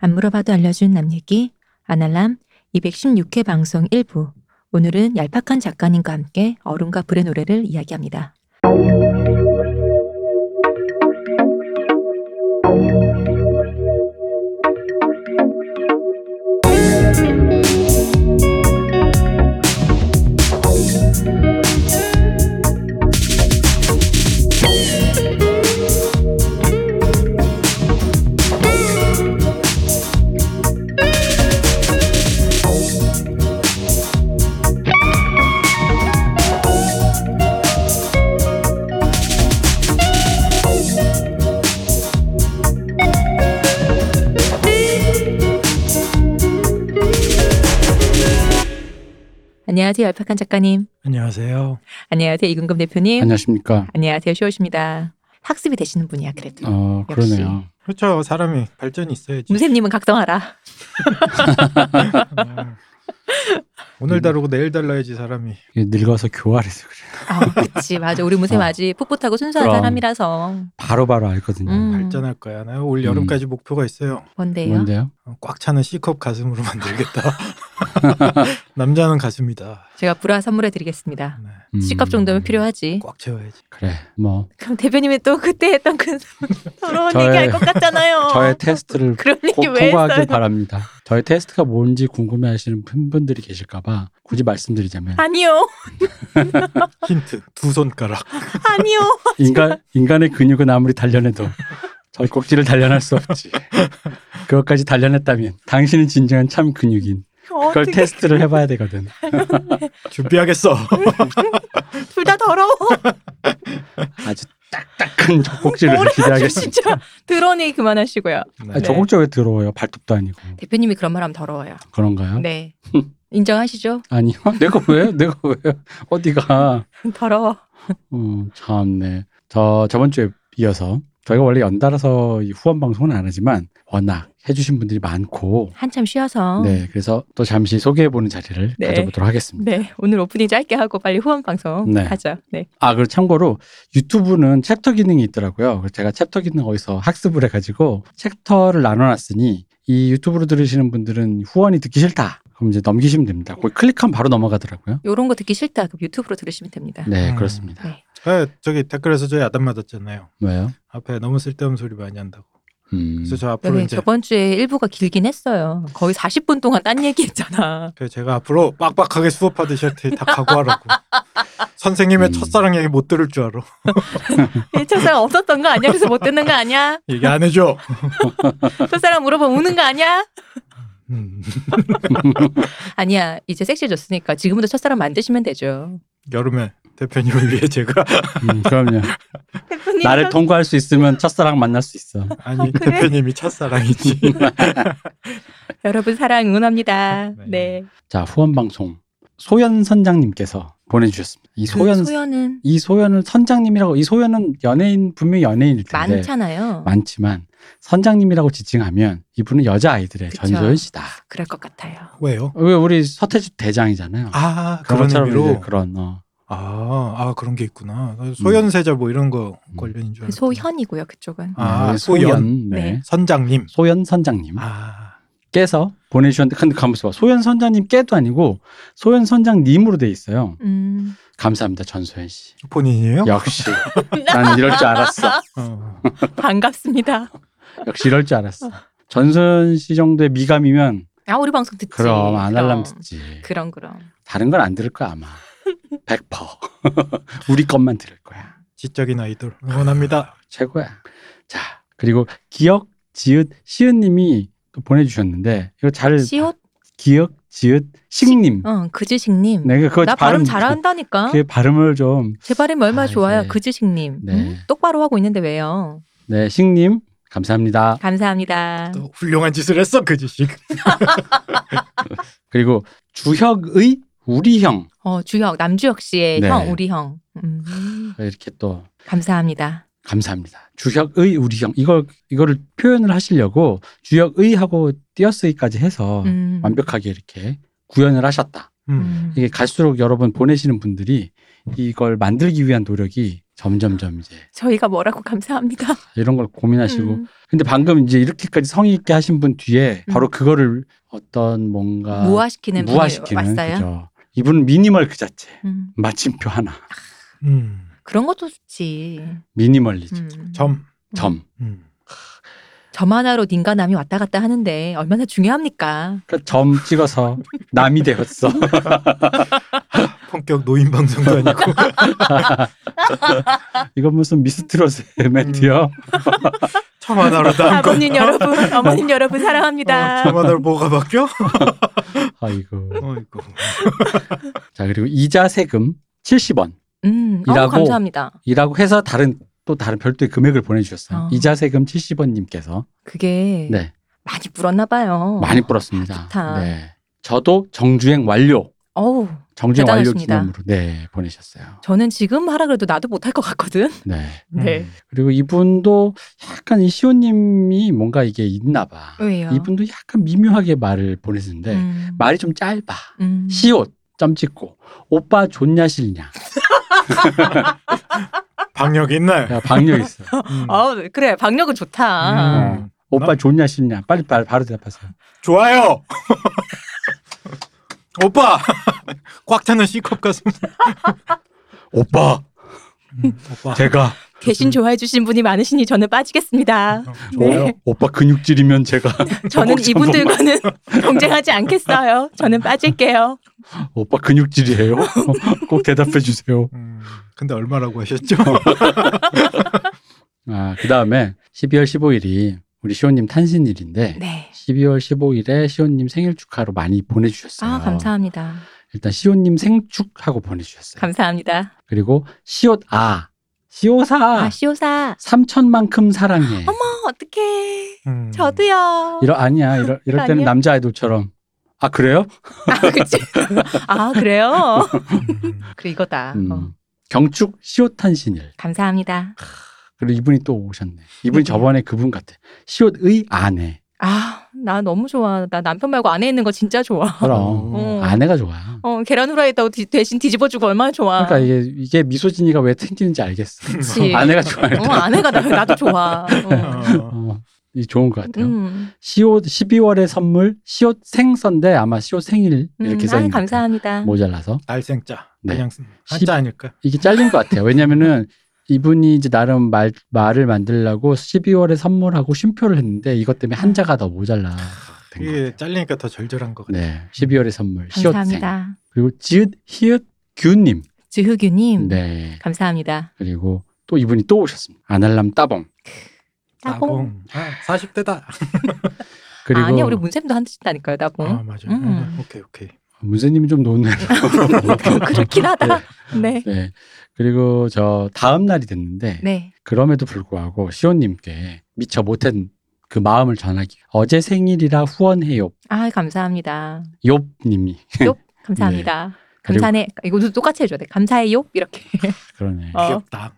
안 물어봐도 알려준 남 얘기 아날람 216회 방송 1부 오늘은 얄팍한 작가님과 함께 어른과 불의 노래를 이야기합니다. 안녕하세요 얄팍한 작가님. 안녕하세요. 안녕하세요 이근금 대표님. 안녕하십니까. 안녕하세요 쇼우십니다. 학습이 되시는 분이야 그래도. 어 역시. 그러네요. 그렇죠. 사람이 발전이 있어야지. 문쌤님은 각성하라. 아, 오늘 다르고 내일 달라야지 사람이. 이게 늙어서 교활해서 그래. 요 아, 그치 맞아. 우리 문쌤 어. 아직 풋풋하고 순수한 그럼. 사람이라서. 바로바로 알거든요. 음, 발전할 거야. 나 올 여름까지 목표가 있어요. 뭔데요? 뭔데요? 어, 꽉 차는 C컵 가슴으로 만들겠다. 남자는 가슴이다. 제가 불화 선물해드리겠습니다. 네, 음, C컵 정도면 필요하지. 꽉 채워야지. 그래. 뭐 그럼 대표님이 또 그때 했던 그 더러운 저의- 얘기할 것 같잖아요. 저의 테스트를 어. 그런 꼭 얘기 왜 했어요? 통과하길 바랍니다. 저의 테스트가 뭔지 궁금해하시는 팬분들이 계실까봐 굳이 말씀드리자면 아니요, 힌트 두 손가락. 아니요. 인간 인간의 근육은 아무리 단련해도 저희 꼭지를 단련할 수 없지. 그것까지 단련했다면 당신은 진정한 참 근육인. 그걸 어떻게 테스트를 해봐야 되거든. 준비하겠어. 둘 다 더러워. 아주 딱딱한 저 꼭지를 기대하겠습니다. 어, 진짜 더러운 얘기 그만하시고요. 아니, 네. 저 꼭지 왜 더러워요? 발톱도 아니고 대표님이 그런 말하면 더러워요. 그런가요? 네. 인정하시죠? 아니요. 내가 왜? 내가 왜? 어디가? 음, 더러워. 어, 참네. 저 저번 주에 이어서 저희가 원래 연달아서 이 후원 방송은 안 하지만 워낙 해주신 분들이 많고 한참 쉬어서. 네 그래서 또 잠시 소개해보는 자리를 네. 가져보도록 하겠습니다. 네, 오늘 오프닝 짧게 하고 빨리 후원 방송 네. 하죠. 네. 아 그리고 참고로 유튜브는 챕터 기능이 있더라고요. 그래서 제가 챕터 기능 어디서 학습을 해가지고 챕터를 나눠놨으니 이 유튜브로 들으시는 분들은 후원이 듣기 싫다. 그럼 이제 넘기시면 됩니다. 거기 클릭하면 바로 넘어가더라고요. 요런 거 듣기 싫다. 그럼 유튜브로 들으시면 됩니다. 네 음. 그렇습니다. 네. 네, 저기 댓글에서 저 야단 맞았잖아요. 왜요? 앞에 너무 쓸데없는 소리 많이 한다고. 음. 그래서 네, 저 앞으로 여기 이제 저번 주에 일부가 길긴 했어요. 거의 40분 동안 딴 얘기 했잖아. 그래서 제가 앞으로 빡빡하게 수업하듯이 할테 다 각오하라고. 선생님의 음. 첫사랑 얘기 못 들을 줄 알아. 예, 1차사랑 없었던 거 아니야? 그래서 못 듣는 거 아니야? 얘기 안 해줘. 첫사랑 물어보면 우는 거 아니야? 음. 아니야. 이제 섹시해졌으니까 지금부터 첫사랑 만드시면 되죠. 여름에 대표님을 위해 제가 아, 음, 그럼요. 대표님. 나를 통과할 수 음. 있으면 첫사랑 만날 수 있어. 아니 어, 그래? 대표님이 첫사랑이지. 여러분 사랑 응원합니다. 네. 네. 자 후원 방송 소연 선장님께서 보내주셨습니다. 이 그 소연 네. 소연은 이 소연을 선장님이라고 이 소연은 연예인 분명 히 연예인일 텐데 많잖아요. 많지만 선장님이라고 지칭하면 이분은 여자 아이들의 그쵸. 전소연 씨다. 그럴 것 같아요. 왜요? 왜 우리 서태지 대장이잖아요. 아 그런 그런 것처럼 이제 의미로. 그런 어. 아, 아 그런 게 있구나. 나 소연세자 뭐 이런 거 음. 관련인 그줄 알았. 소현이고요. 그쪽은. 아, 네, 음. 소연. 네. 네. 선장님. 소연 선장님께서 아 보내주셨는데 근데 가만있어 봐. 소연 선장님께도 아니고 소연 선장님으로 돼 있어요. 음. 감사합니다 전소연 씨. 어? 본인이에요? 역시 나는 이럴 줄 알았어. 어. 반갑습니다. 역시 이럴 줄 알았어. 전선 씨 정도의 미감이면 아 우리 방송 듣지. 그럼 안 그럼. 할람 듣지. 그럼 그럼. 다른 건 안 들을 거야 아마. 100% 우리 것만 들을 거야. 지적인 아이돌 응원합니다. 최고야. 자 그리고 기억 지읒 시은님이 또 보내주셨는데 이거 잘 시옷. 기억 지읒 식님. 어 그지식님. 내가 네. 그거 나 발음 그- 잘한다니까. 그 발음을 좀 제 발음이 얼마나 아, 좋아요. 이제. 그지식님. 네. 음? 똑바로 하고 있는데 왜요? 네, 식님 감사합니다. 감사합니다. 또 훌륭한 짓을 했어 그 지식. 그리고 주혁의 우리 형 어 주혁 남주혁 씨의 네. 형 우리 형. 음, 이렇게 또 감사합니다. 감사합니다. 주혁의 우리 형 이걸 이거를 표현을 하시려고 주혁의 하고 띄어쓰기까지 해서 음. 완벽하게 이렇게 구현을 하셨다. 음. 이게 갈수록 여러분 보내시는 분들이 이걸 만들기 위한 노력이 점점점 이제 저희가 뭐라고 감사합니다. 이런 걸 고민하시고 음. 근데 방금 이제 이렇게까지 성의 있게 하신 분 뒤에 음. 바로 그거를 어떤 뭔가 무화시키는 분이 아, 무화시키는 왔어요. 그죠. 이분은 미니멀 그 자체 음. 마침표 하나 음. 그런 것도 좋지. 미니멀리즘 음. 점. 점 음. 점 하나로 님과 남이 왔다 갔다 하는데 얼마나 중요합니까? 그러니까 점 찍어서 남이 되었어 본격 노인 방송도 아니고. 이건 무슨 음. 미스트롯의 멘트요 점 하나로 다음 그러니까. 거. 아버님 여러분, 어머님 여러분 사랑합니다. 어, 점 하나로 뭐가 바뀌어? 아이고 네. 어이구. 자 그리고 이자 세금 70원 음, 어, 이라고. 감사합니다. 이라고 해서 다른 또 다른 별도의 금액을 보내주셨어요 어. 이자 세금 70원님께서 그게 네 많이 불었나 봐요. 많이 불었습니다 어. 좋다. 네 저도 정주행 완료 어우, 정주행 완료 대단하십니다. 기념으로 네 보내셨어요 저는 지금 하라 그래도 나도 못할 것 같거든. 네 네. 음. 그리고 이분도 약간 이 시호님이 뭔가 이게 있나 봐. 왜요? 이분도 약간 미묘하게 말을 보내시는데 음. 말이 좀 짧아. 음. 네. 시옷 점 찍고 오빠 존냐 실냐 방역 있나요? 야, 박력 있어. 음. 어, 그래. 박력은 좋다. 음. 어. 오빠 존냐 실냐 빨리 바, 바로 대답하세요. 좋아요. 오빠 꽉 차는 C컵 가슴. 오빠 음, 오빠. 제가 대신 좋아해 주신 분이 많으시니 저는 빠지겠습니다. 네. 오, 빠 근육질이면 제가 저는 꼭 참고 이분들과는 경쟁하지 않겠어요. 저는 빠질게요. 오빠 근육질이에요. 꼭 대답해 주세요. 음, 근데 얼마라고 하셨죠? 아 그다음에 12월 15일이 우리 시호님 탄신일인데 네. 12월 15일에 시호님 생일 축하로 많이 보내주셨어요. 아, 감사합니다. 일단 시호님 생축하고 보내주셨어요. 감사합니다. 그리고 시옷 아 시오사 아, 시오사. 삼천만큼 사랑해. 어머, 어떡해. 음. 저도요. 이러 아니야 이럴, 이럴 때는 아니야? 남자 아이돌처럼 아 그래요? 아, 그치. 아, 그래요? 음. 그래, 이거다. 음. 어. 경축 시옷 탄신일. 감사합니다. 그리고 이분이 또 오셨네. 이분이 누구야? 저번에 그분 같아. 시옷의 아내. 아, 나 너무 좋아. 나 남편 말고 아내 있는 거 진짜 좋아. 그럼 어. 아내가 좋아. 어, 계란 후라이도 디- 대신 뒤집어주고 얼마나 좋아. 그러니까 이게 이게 미소진이가 왜 튕기는지 알겠어. 그치. 아내가 좋아요. 어, 아내가 나, 나도 좋아. 어. 어. 어, 이 좋은 것 같아요. 음. 시옷 12월의 선물 시옷 생선데 아마 시옷 생일 이렇게 뭐 음, 써있는 아, 것 같아요. 감사합니다. 모자라서 날생자 네. 그냥 한자 아닐까? 이게 잘린 것 같아요. 왜냐면은 이분이 이제 나름 말 말을 만들려고 12월에 선물하고 쉼표를 했는데 이것 아. 때문에 한자가 더 모자라 된것 같아요. 이게 잘리니까 더 절절한 것 같아요. 네, 12월의 선물 시옷생 감사합니다. 그리고 지읒 히읗 균님 주흑유님. 네 감사합니다. 그리고 또 이분이 또 오셨습니다. 아날람 따봉 따봉. 나봉. 아, 40대다. 그리고 아니야, 우리 문쌤도 한다니까요, 따봉. 아 맞아. 음. 음. 오케이 오케이. 문세님이 좀 노네요. 아, 그렇긴 하다. 네. 네 그리고 저 다음 날이 됐는데 네. 그럼에도 불구하고 시온님께 미처 못한 그 마음을 전하기 어제 생일이라 후원해요 아, 감사합니다. 욥님이 감사합니다. 그리고- 감사해. 이것도 똑같이 해줘야 돼. 감사해요. 이렇게. 그러네 어. 귀엽다.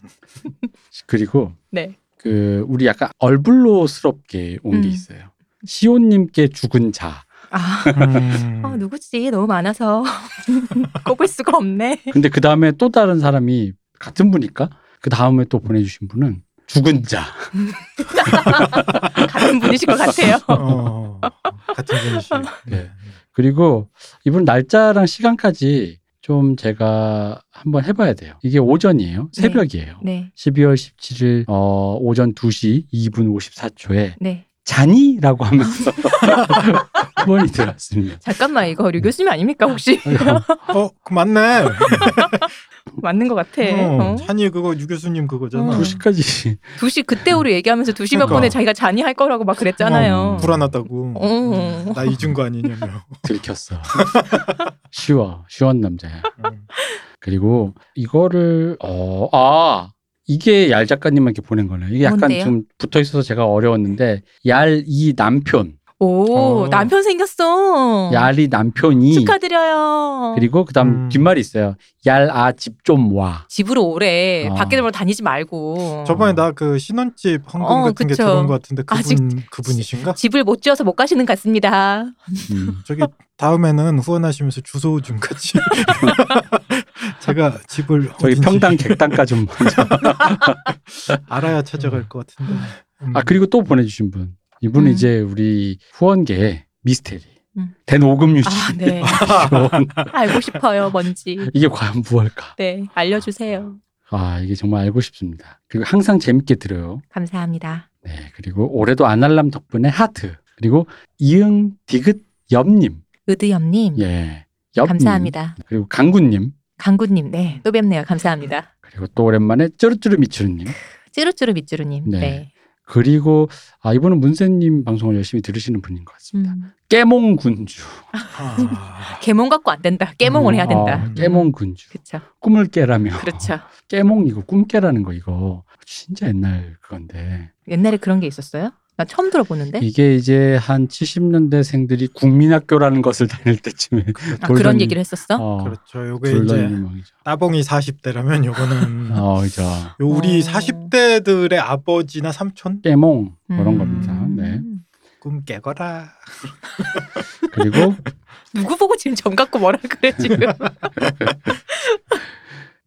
그리고 네. 그 우리 약간 얼불로스럽게 온 게 음. 있어요 시온님께 죽은 자 아, 음. 아, 누구지? 너무 많아서 꼽을 수가 없네. 근데 그 다음에 또 다른 사람이 같은 분일까 그 다음에 또 보내주신 분은 죽은 자 같은 분이실 것 같아요. 어, 같은 분이시. 네. 그리고 이분 날짜랑 시간까지 좀 제가 한번 해봐야 돼요 이게 오전이에요 네. 새벽이에요 네. 12월 17일 어, 오전 2시 2분 54초에 네. 잔이라고 하면서 후원이 들어왔습니다. 잠깐만, 이거 우리 교수님 아닙니까, 혹시? 어, 그 맞네. 맞는 것 같아. 어, 어. 찬이 그거 유 교수님 그거잖아. 어. 2시까지 두시 그때 우리 얘기하면서 두시 몇 그러니까. 번에 자기가 잔이 할 거라고 막 그랬잖아요. 어, 불안- 불안하다고. 어. 음. 나 잊은 거 아니냐며. 들켰어. 쉬워. 쉬운 남자야. 어. 음. 그리고 이거를 어, 아 이게 얄 작가님한테 보낸 거네요. 이게 약간 뭔데요? 좀 붙어 있어서 제가 어려웠는데 얄 이 남편 오, 어. 남편 생겼어. 야리 남편이 축하드려요. 그리고 그다음 음. 뒷말이 있어요. 얄아 집 좀 와. 집으로 오래 어. 밖에 돌아 다니지 말고 저번에 나 그 신혼집 헌금 어, 같은 게 그쵸. 들어온 것 같은데 그분 아직 그분이신가? 집을 못 지어서 못 가시는 것 같습니다. 음. 저기 다음에는 후원하시면서 주소 좀 같이 제가 집을 저기 어딘지 평당 객단가 좀. 알아야 찾아갈 것 같은데. 음. 아 그리고 또 보내주신 분. 이분은 음. 이제 우리 후원계의 미스테리. 음. 대노금유 씨. 아, 네. 알고 싶어요, 뭔지. 이게 과연 무엇일까? 네, 알려주세요. 아 이게 정말 알고 싶습니다. 그리고 항상 재밌게 들어요. 감사합니다. 네 그리고 올해도 안할람 덕분에 하트. 그리고 이응 디귿 엽님. 의드엽님, 예. 엽님. 음. 감사합니다. 그리고 강구님. 강구님, 네, 또 뵙네요. 감사합니다. 그리고 또 오랜만에 쩌르쩌르 미추르님. 찌루찌루 밑주루님, 네. 네. 그리고 아 이분은 문세님 방송을 열심히 들으시는 분인 것 같습니다. 음, 깨몽 군주. 아. 개몽 갖고 안 된다. 깨몽을 음, 해야 된다. 아, 깨몽 군주. 그렇죠, 꿈을 깨라며. 그렇죠. 깨몽 이거 꿈 깨라는 거 이거 진짜 옛날 그건데 옛날에 그런 게 있었어요? 나 처음 들어보는데. 이게 이제 한 70년대생들이 국민학교라는 것을 다닐 때쯤에 아, 예, 돌던- 그런 얘기를 했었어? 어, 그렇죠. 요게 돌던 이제 유명이죠. 따봉이 40대라면 요거는 요 어, 그죠. 우리 어. 40대들의 아버지나 삼촌 깨몽 그런 음. 겁니다. 네. 꿈 깨거라. 그리고 누구 보고 지금 점 갖고 뭐라 그래 네. 지금?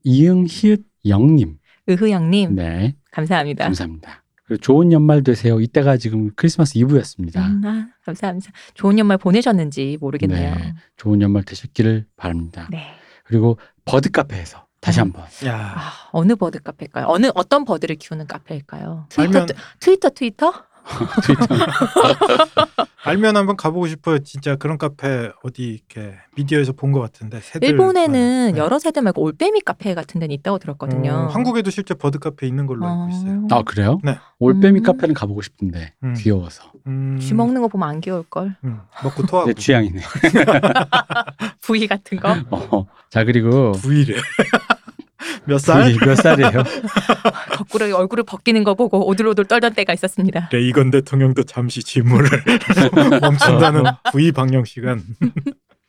이응 히읗 영님. 의후양님, 네, 감사합니다. 감사합니다. 그리고 좋은 연말 되세요. 이때가 지금 크리스마스 이브였습니다. 음, 아, 감사합니다. 좋은 연말 보내셨는지 모르겠네요. 네. 좋은 연말 되셨기를 바랍니다. 네. 그리고 버드 카페에서 다시 한번 야. 아, 어느 버드 카페일까요? 어느 어떤 버드를 키우는 카페일까요? 트위터 알면 트- 트위터 트위터? 트위터 알면 한번 가보고 싶어요. 진짜 그런 카페 어디 이렇게 미디어에서 본 것 같은데. 새들 일본에는 많은. 네. 여러 세대 말고 올빼미 카페 같은 데는 있다고 들었거든요. 어, 한국에도 실제 버드 카페 있는 걸로 알고 있어요. 아 그래요? 네. 올빼미 음. 카페는 가보고 싶은데 음. 귀여워서 음, 쥐 먹는 거 보면 안 귀여울 걸. 음, 먹고 토하고. 내 취향이네. 부위 같은 거. 어. 자 그리고 부위래. 몇 살? 우리 몇 살이에요? 거꾸로 얼굴을 벗기는 거 보고 오들오들 떨던 때가 있었습니다. 네, 레이건 대통령도 잠시 질문을 멈춘다는 부위 방영 시간.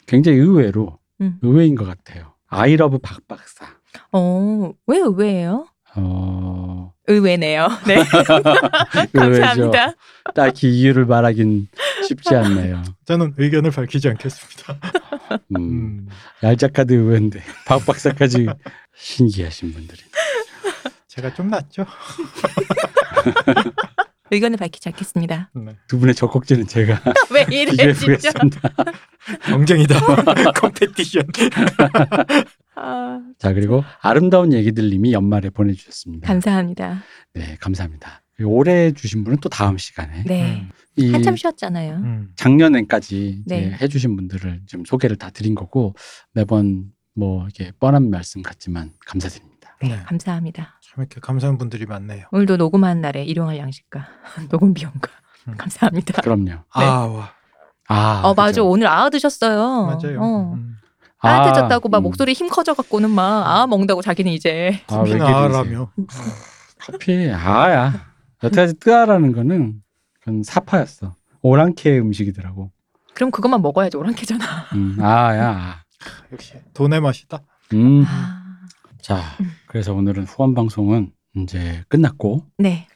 굉장히 의외로 음. 의외인 것 같아요. 아이러브 박박사. 어, 왜 의외예요? 어 의외네요. 네. 감사합니다. 딱히 이유를 말하긴 쉽지 않네요. 저는 의견을 밝히지 않겠습니다. 음. 음, 얄작카드 의외인데 박박사까지 신기하신 분들이. 제가 좀 낫죠. 의견을 밝히지 않겠습니다. 네. 두 분의 적곡지는 제가 왜 이래 비교해 네, 진짜. 보겠습니다. 경쟁이다. 컴페티션. 아, 자 그리고 아름다운 얘기들님이 연말에 보내주셨습니다. 감사합니다. 네 감사합니다. 올해 주신 분은 또 다음 시간에 네. 이 한참 쉬었잖아요. 음. 작년엔까지 이제 네. 해주신 분들을 지금 소개를 다 드린 거고 매번 뭐 이게 뻔한 말씀 같지만 감사드립니다. 네. 감사합니다. 참 이렇게 감사한 분들이 많네요. 오늘도 녹음하는 날에 일용할 양식과 녹음 비용과 음. 감사합니다. 그럼요. 아, 와. 그렇죠. 아, 어 맞아 그죠. 오늘 아아 네. 드셨어요. 맞아요. 어. 음. 따뜻해졌다고 막 음. 목소리 힘 커져갖고는 막 아아 먹는다고 자기는 이제 아, 왜 커피 이렇게 드세요? 나라며. 커피 아야. 여태까지 뜨아라는 거는 그건 사파였어. 오랑캐 음식이더라고. 그럼 그것만 먹어야지 오랑캐잖아. 음, 아야. 역시 돈의 맛이다. 음. 아. 자, 그래서 오늘은 후원 방송은 이제 끝났고 네.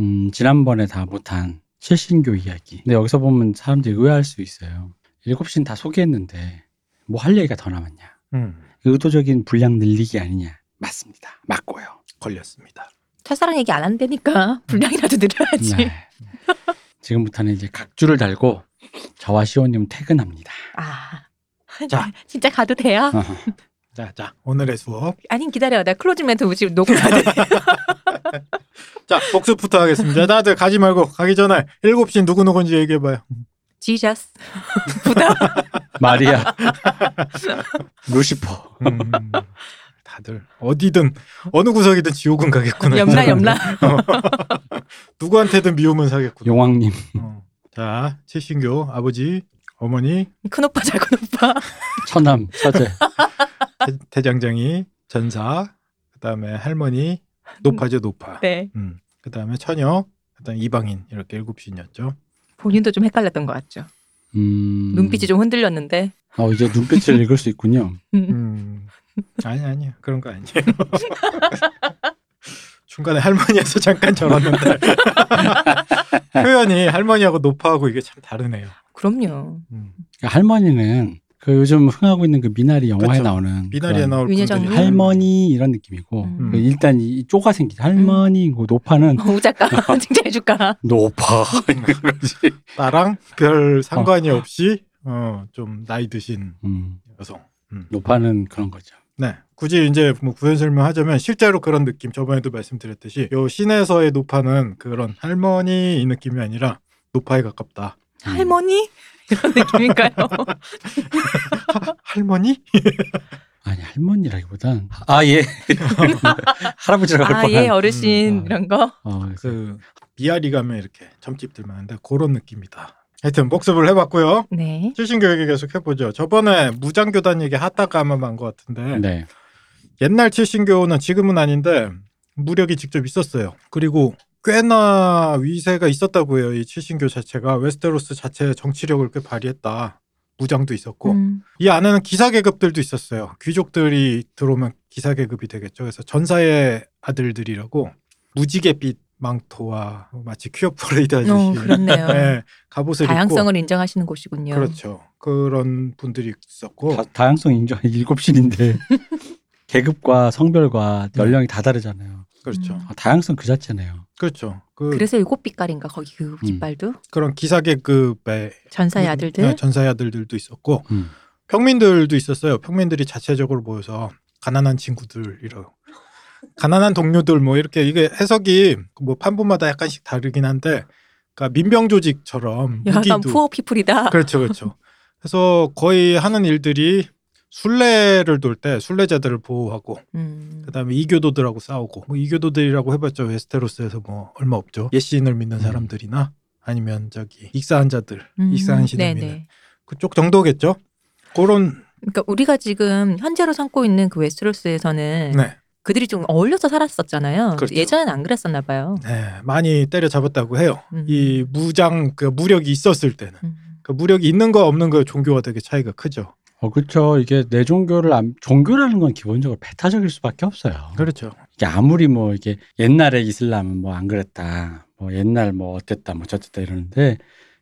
음, 지난번에 다 못한 실신교 이야기. 근데 여기서 보면 사람들이 의아할 수 있어요. 일곱 시는 다 소개했는데 뭐 할 얘기가 더 남았냐? 음. 의도적인 분량 늘리기 아니냐? 맞습니다. 맞고요. 걸렸습니다. 첫사랑 얘기 안 한다니까 분량이라도 늘려야지. 음. 네. 지금부터는 이제 각주를 달고 저와 시호님 퇴근합니다. 아. 자. 진짜 가도 돼요? 어, 자, 자. 오늘의 수업. 아니 기다려. 나 클로징 멘트 지금 녹음해야 돼. 자, 복습부터 하겠습니다. 다들 가지 말고 가기 전에 7시 누구누구인지 얘기해 봐요. 지저스. 마리아, 루시퍼, 음. 다들 어디든 어느 구석이든 지옥은 네. 가겠구나. 염라 염라. 누구한테든 미움은 사겠구나. 용왕님, 어. 자, 최신교 아버지, 어머니, 큰 오빠 작은 오빠. 처남, 처제. 대- 대장장이, 전사, 그다음에 할머니, 높아져 높아. 네. 음. 그다음에 처녀, 그다음 이방인 이렇게 일곱 신이었죠. 본인도 좀 헷갈렸던 것 같죠. 음. 눈빛이 좀 흔들렸는데. 어, 이제 눈빛을 읽을 수 있군요. 음. 아니 아니요 그런 거 아니에요. 중간에 할머니에서 잠깐 절었는데 표현이 할머니하고 노파하고 이게 참 다르네요. 그럼요. 음. 그러니까 할머니는 그 요즘 흥하고 있는 그 미나리 영화에 그렇죠. 나오는 미나리에 그런 나올 윤여정 분들이 님? 할머니 이런 느낌이고 음. 그 일단 이 쪼가 생기죠. 할머니 그 노파는 뭐, 우작가 칭찬해줄까? 노파 이런 거지. 나랑 어. 별 상관이 없이 어, 좀 나이 드신 음, 여성. 노파는 그런 거죠. 네. 굳이 이제 뭐 구현 설명하자면 실제로 그런 느낌 저번에도 말씀드렸듯이 요 시내에서의 노파는 그런 할머니 이 느낌이 아니라 노파에 가깝다. 음. 할머니? 이런 느낌일까요? 할머니? 아니 할머니라기보단 아 예. 할아버지라고 할 아, 뻔한. 예, 어르신 음, 아. 이런 거? 어, 그래서 그 미아리 가면 이렇게 점집들만 한데 그런 느낌이다. 하여튼 복습을 해봤고요. 네. 최신 교육에 계속 해보죠. 저번에 무장교단 얘기 하다가 아마 만것 같은데 네. 옛날 칠신교는 지금은 아닌데 무력이 직접 있었어요. 그리고 꽤나 위세가 있었다고 해요. 이 칠신교 자체가 웨스테로스 자체의 정치력을 꽤 발휘했다. 무장도 있었고 음. 이 안에는 기사 계급들도 있었어요. 귀족들이 들어오면 기사 계급이 되겠죠. 그래서 전사의 아들들이라고 무지개빛 망토와 마치 퀴어 퍼레이드 하듯이 어, 그렇네요. 예, 갑옷을 다양성을 인정하시는 곳이군요. 입고 그렇죠. 그런 분들이 있었고 다, 다양성 인정 일곱신인데 계급과 성별과 연령이 다 다르잖아요. 그렇죠. 음. 아, 다양성 그 자체네요. 그렇죠. 그 그래서 일곱 빛깔인가 거기 그 깃발도 그런 기사 계급의 전사의 음, 아들들 네, 전사의 아들들도 있었고 음. 평민들도 있었어요. 평민들이 자체적으로 모여서 가난한 친구들이라고. 가난한 동료들 뭐 이렇게 이게 해석이 뭐 판부마다 약간씩 다르긴 한데 그러니까 민병 조직처럼 야간 무기도 푸어 피플이다. 그렇죠 그렇죠. 그래서 거의 하는 일들이 순례를 돌 때 순례자들을 보호하고 음. 그다음에 이교도들하고 싸우고 뭐 이교도들이라고 해봤자 웨스테로스에서 뭐 얼마 없죠. 예시인을 믿는 음. 사람들이나 아니면 저기 익사한 자들, 음, 익사한 신을 믿는 네네. 그쪽 정도겠죠. 그런 그러니까 우리가 지금 현재로 삼고 있는 그 웨스트로스에서는 네. 그들이 좀 어울려서 살았었잖아요. 그렇죠. 예전엔 안 그랬었나 봐요. 네, 많이 때려잡았다고 해요. 음. 이 무장 그 무력이 있었을 때는 음. 그 무력이 있는 거 없는 거 종교가 되게 차이가 크죠. 어 그렇죠. 이게 내 종교를 안- 종교라는 건 기본적으로 배타적일 수밖에 없어요. 그렇죠. 이게 아무리 뭐 이게 옛날에 이슬람은 뭐 안 그랬다. 뭐 옛날 뭐 어땠다 뭐 저쨌다 이러는데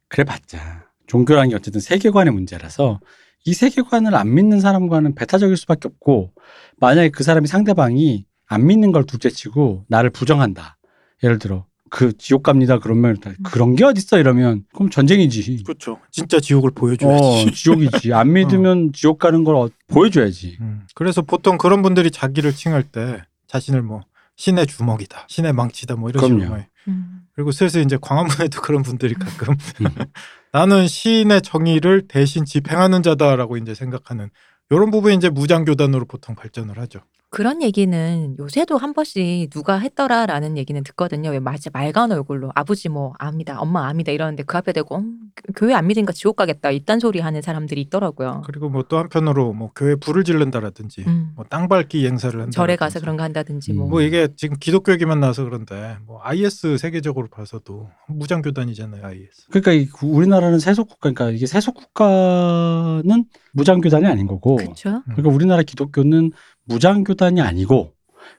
그래봤자 종교라는 게 어쨌든 세계관의 문제라서 이 세계관을 안 믿는 사람과는 배타적일 수밖에 없고 만약에 그 사람이 상대방이 안 믿는 걸 둘째치고 나를 부정한다. 예를 들어 그 지옥 갑니다 그러면 음. 다 그런 게 어딨어 이러면 그럼 전쟁이지. 그렇죠. 진짜 지옥을 어, 보여줘야지. 지옥이지. 안 믿으면 지옥 가는 걸 어- 보여줘야지. 음, 그래서 보통 그런 분들이 자기를 칭할 때 자신을 뭐 신의 주먹이다, 신의 망치다 뭐 이런 그럼요. 식으로 해요. 음. 그리고 슬슬 이제 광화문에도 그런 분들이 가끔 음. 나는 신의 정의를 대신 집행하는 자다라고 이제 생각하는 이런 부분이 이제 무장 교단으로 보통 발전을 하죠. 그런 얘기는 요새도 한 번씩 누가 했더라라는 얘기는 듣거든요. 왜 마치 맑은 얼굴로 아버지 뭐 암이다, 엄마 암이다 이러는데 그 앞에 대고 음, 교- 교회 안 믿으니까 지옥 가겠다 이딴 소리 하는 사람들이 있더라고요. 그리고 뭐 또 한편으로 뭐 교회 불을 지른다라든지 음. 뭐 땅밟기 행사를 한다. 절에 가서 그런 거 한다든지 뭐. 음. 뭐 이게 지금 기독교 얘기만 나와서 그런데 뭐 IS 세계적으로 봐서도 무장 교단이잖아요, IS. 그러니까 이 구- 우리나라는 세속 국가, 그러니까 이게 세속 국가는 무장 교단이 아닌 거고, 그쵸 그러니까 우리나라 기독교는 무장 교단이 아니고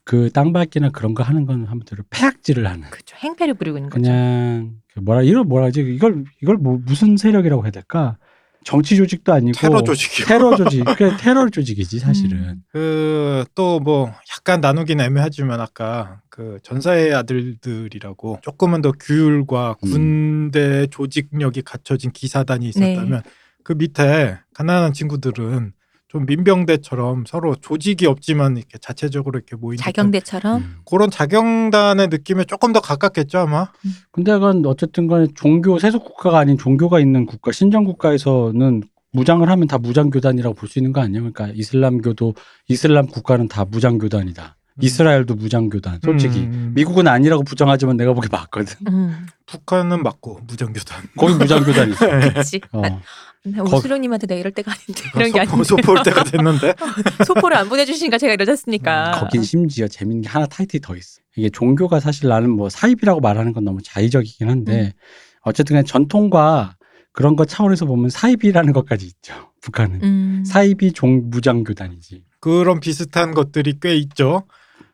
그 땅밟기나 그런 거 하는 건 한마디로 폐악질을 하는. 그렇죠. 행패를 부리고 있는 거죠. 그냥 그 뭐라 이걸 뭐라 하지? 이걸 이걸 뭐 무슨 세력이라고 해야 될까? 정치 조직도 아니고 테러 조직이요. 테러 조직, 그 테러 조직이지 사실은. 그 또 뭐 약간 나누긴 애매하지만 아까 그 전사의 아들들이라고 조금은 더 규율과 음. 군대 조직력이 갖춰진 기사단이 네. 있었다면 그 밑에 가난한 친구들은 좀 민병대처럼 서로 조직이 없지만 이렇게 자체적으로 이렇게 모인 듯한 자경대처럼 음. 그런 자경단의 느낌에 조금 더 가깝겠죠 아마. 근데 그건 어쨌든 간에 종교 세속 국가가 아닌 종교가 있는 국가 신정 국가에서는 무장을 하면 다 무장 교단이라고 볼 수 있는 거 아니에요? 그러니까 이슬람교도 이슬람 국가는 다 무장 교단이다. 이스라엘도 무장 교단. 솔직히 음, 미국은 아니라고 부정하지만 내가 보기 맞거든. 음, 북한은 맞고 무장교단. 거기 무장 교단이지. 그치. 어. 거- 오수령님한테 내가 이럴 때가 아닌데 이런 게 아닌데 소포 올 때가 됐는데. 소포를 안 보내주시니까 제가 이러셨으니까. 음, 거긴 심지어 재밌는 게 하나 타이틀이 더 있어. 이게 종교가 사실 나는 뭐 사입이라고 말하는 건 너무 자의적이긴 한데 어쨌든 간에 전통과 그런 것 차원에서 보면 사이비라는 것까지 있죠. 북한은 음. 사이비 종 무장교단이지. 그런 비슷한 것들이 꽤 있죠.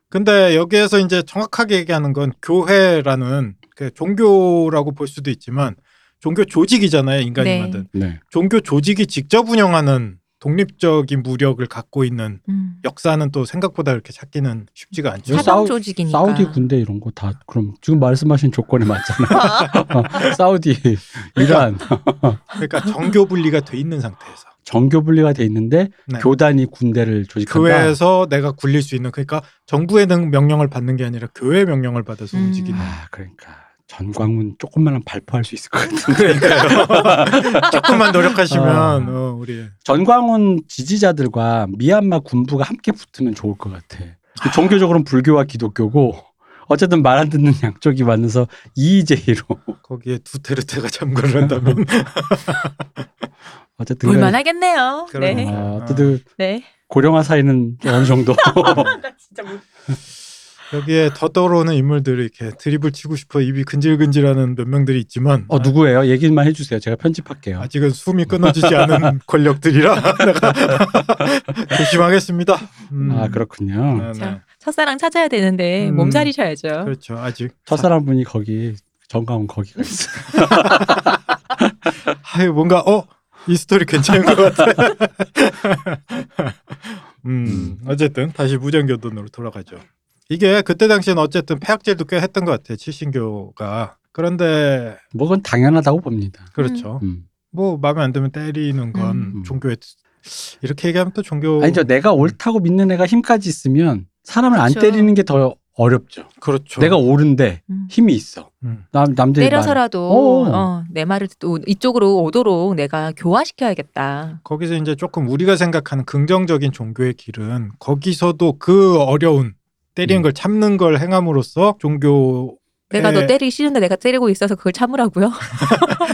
근데 여기에서 이제 정확하게 얘기하는 건 교회라는 그 종교라고 볼 수도 있지만 종교 조직이잖아요 인간이 네. 만든 네. 종교 조직이 직접 운영하는 독립적인 무력을 갖고 있는 음. 역사는 또 생각보다 이렇게 찾기는 쉽지가 않죠. 사실- 사방 사우- 조직이니까. 사우디 군대 이런 거 다 그럼 지금 말씀하신 조건에 맞잖아. 요 사우디, 이란 그러니까 정교 분리가 돼 있는 상태에서 정교 분리가 돼 있는데 네. 그 교단이 군대를 그러니까. 조직한다. 교회에서 내가 굴릴 수 있는 그러니까 정부의 능- 명령을 받는 게 아니라 교회 명령을 받아서 음. 움직이는 아 그러니까 전광훈 조금만 발포할 수 있을 것 같은데. 그러니까. 조금만 노력하시면 아. 어, 우리 전광훈 지지자들과 미얀마 군부가 함께 붙으면 좋을 것 같아. 그 종교적으로는 불교와 기독교고 어쨌든 말 안 듣는 양쪽이 만나서 이의제의로 거기에 두테르테가 참가를 한다면 어쨌든 간에, 볼만하겠네요. 네. 그러네요. 아, 어쨌든 네. 고령화 사이는 어느 정도 나 진짜 못. 여기에 더 떠오르는 인물들이 이렇게 드립을 치고 싶어 입이 근질근질하는 몇 명들이 있지만 어 네. 누구예요? 얘기만 해주세요. 제가 편집할게요. 아직은 숨이 끊어지지 않은 권력들이라 내가 조심하겠습니다. 음. 아 그렇군요. 네, 네. 자, 첫사랑 찾아야 되는데 음. 몸살이셔야죠. 그렇죠. 아직 첫사람 분이 거기 정광훈 거기가 있어. 아유 뭔가 어 이 스토리 괜찮은 것 같아. 음, 어쨌든 다시 무전교돈으로 돌아가죠. 이게 그때 당시엔 어쨌든 폐악질도 꽤 했던 것 같아. 칠신교가 그런데 뭐 그건 당연하다고 봅니다. 그렇죠. 음. 뭐 마음에 안 들면 때리는 건 음. 종교에 이렇게 얘기하면 또 종교 아니죠. 내가 옳다고 믿는 애가 힘까지 있으면 사람을 그렇죠. 안 때리는 게 더 어렵죠. 그렇죠. 내가 옳은데 음. 힘이 있어. 음. 남 남들이 말- 때려서라도 오. 어, 내 말을 또 이쪽으로 오도록 내가 교화시켜야겠다. 거기서 이제 조금 우리가 생각하는 긍정적인 종교의 길은 거기서도 그 어려운 때리는 음. 걸 참는 걸 행함으로써 종교 내가 에, 너 때리기 싫은데 내가 때리고 있어서 그걸 참으라고요.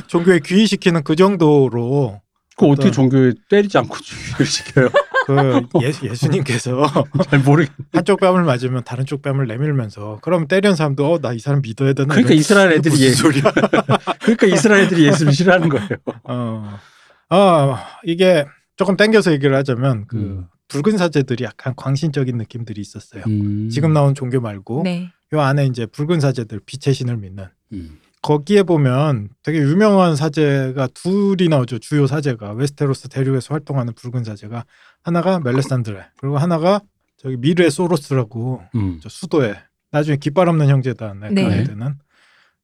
종교에 귀의시키는 그 정도로 그거 어떻게 어떤- 종교에 때리지 않고 주의를 시켜요? 그 예, 수님께서 잘 모르겠. 한쪽 뺨을 맞으면 다른 쪽 뺨을 내밀면서 그럼 때리는 사람도 어 나 이 사람 믿어야 되나 그러니까 이런- 이스라엘 이게 애들이 무슨 예, 소리야 그러니까 이스라엘 애들이 예수를 싫어하는 거예요. 어. 아 이게 조금 땡겨서 얘기를 하자면 그 음. 붉은 사제들이 약간 광신적인 느낌들이 있었어요 음. 지금 나온 종교 말고 네. 요 안에 이제 붉은 사제들 빛의 신을 믿는 음. 거기에 보면 되게 유명한 사제가 둘이 나오죠. 주요 사제가 웨스테로스 대륙에서 활동하는 붉은 사제가 하나가 멜레산드레 그리고 하나가 저기 미르의 소로스라고 음. 저 수도에 나중에 깃발 없는 형제단에 네. 가게 되는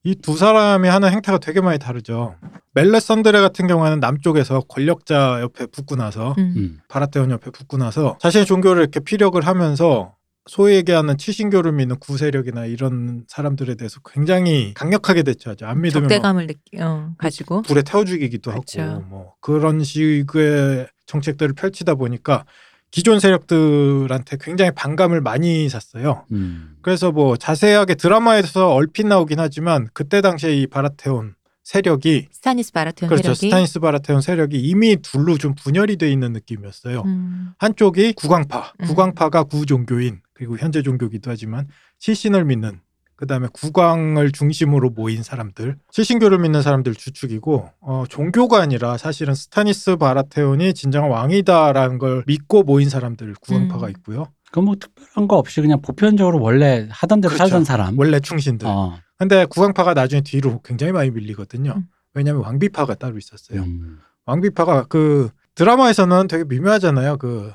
이 두 사람이 하는 행태가 되게 많이 다르죠. 멜레산드레 같은 경우에는 남쪽에서 권력자 옆에 붙고 나서 음. 음. 바라테온 옆에 붙고 나서 자신의 종교를 이렇게 피력을 하면서 소위 얘기하는 치신교를 믿는 구세력이나 이런 사람들에 대해서 굉장히 강력하게 대처하죠. 안 믿으면 뭐. 막 적대감을 느끼, 어, 가지고. 불에 태워 죽이기도 하고 그렇죠. 뭐 그런 식의 정책들을 펼치다 보니까 기존 세력들한테 굉장히 반감을 많이 샀어요. 음. 그래서 뭐 자세하게 드라마에서 얼핏 나오긴 하지만 그때 당시에 이 바라테온 세력이 스타니스 바라테온 그렇죠 세력이. 스타니스 바라테온 세력이 이미 둘로 좀 분열이 돼 있는 느낌이었어요. 뭐. 음. 한쪽이 구강파, 음. 구강파가 구종교인 그리고 현재 종교기도 하지만 시신을 믿는 그다음에 구강을 중심으로 모인 사람들, 시신교를 믿는 사람들 주축이고 어, 종교가 아니라 사실은 스타니스 바라테온이 진정한 왕이다라는 걸 믿고 모인 사람들 구강파가 음. 있고요. 그럼 뭐 특별한 거 없이 그냥 보편적으로 원래 하던 대로 그렇죠. 살던 사람. 원래 충신들. 아. 어. 근데 구강파가 나중에 뒤로 굉장히 많이 밀리거든요. 음. 왜냐하면 왕비파가 따로 있었어요. 음. 왕비파가 그 드라마에서는 되게 미묘하잖아요. 그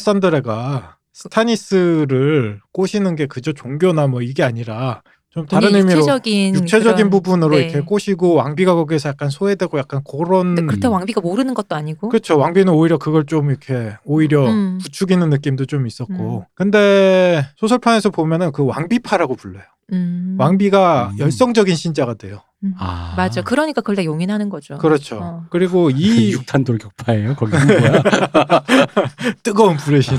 멜레산드레가 스타니스를 꼬시는 게 그저 종교나 뭐 이게 아니라 좀 다른 되게 의미로 육체적인 육체적인 그런- 부분으로 네. 이렇게 꼬시고 왕비가 거기에서 약간 소외되고 약간 그런 근데 네, 그렇다고 왕비가 모르는 것도 아니고. 그렇죠. 왕비는 오히려 그걸 좀 이렇게 오히려 음. 부추기는 느낌도 좀 있었고. 음. 근데 소설판에서 보면은 그 왕비파라고 불러요. 음. 왕비가 음. 열성적인 신자가 돼요. 음. 아. 맞아. 그러니까 그걸 다 용인하는 거죠. 그렇죠. 어. 그리고 이 육탄 돌격파예요. 거기 뭐야? 뜨거운 불의 신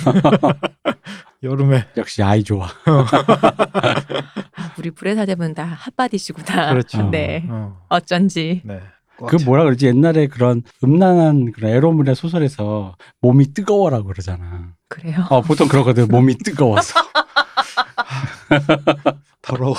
여름에 역시 아이 좋아. 아, 우리 불의 사제분 다 핫바디시구나. 그렇죠. 네. 어. 어쩐지. 네. 그 뭐라 그러지? 옛날에 그런 음란한 그런 에로물의 소설에서 몸이 뜨거워라고 그러잖아. 그래요. 어, 보통 그러거든. 몸이 뜨거워서. 더러워.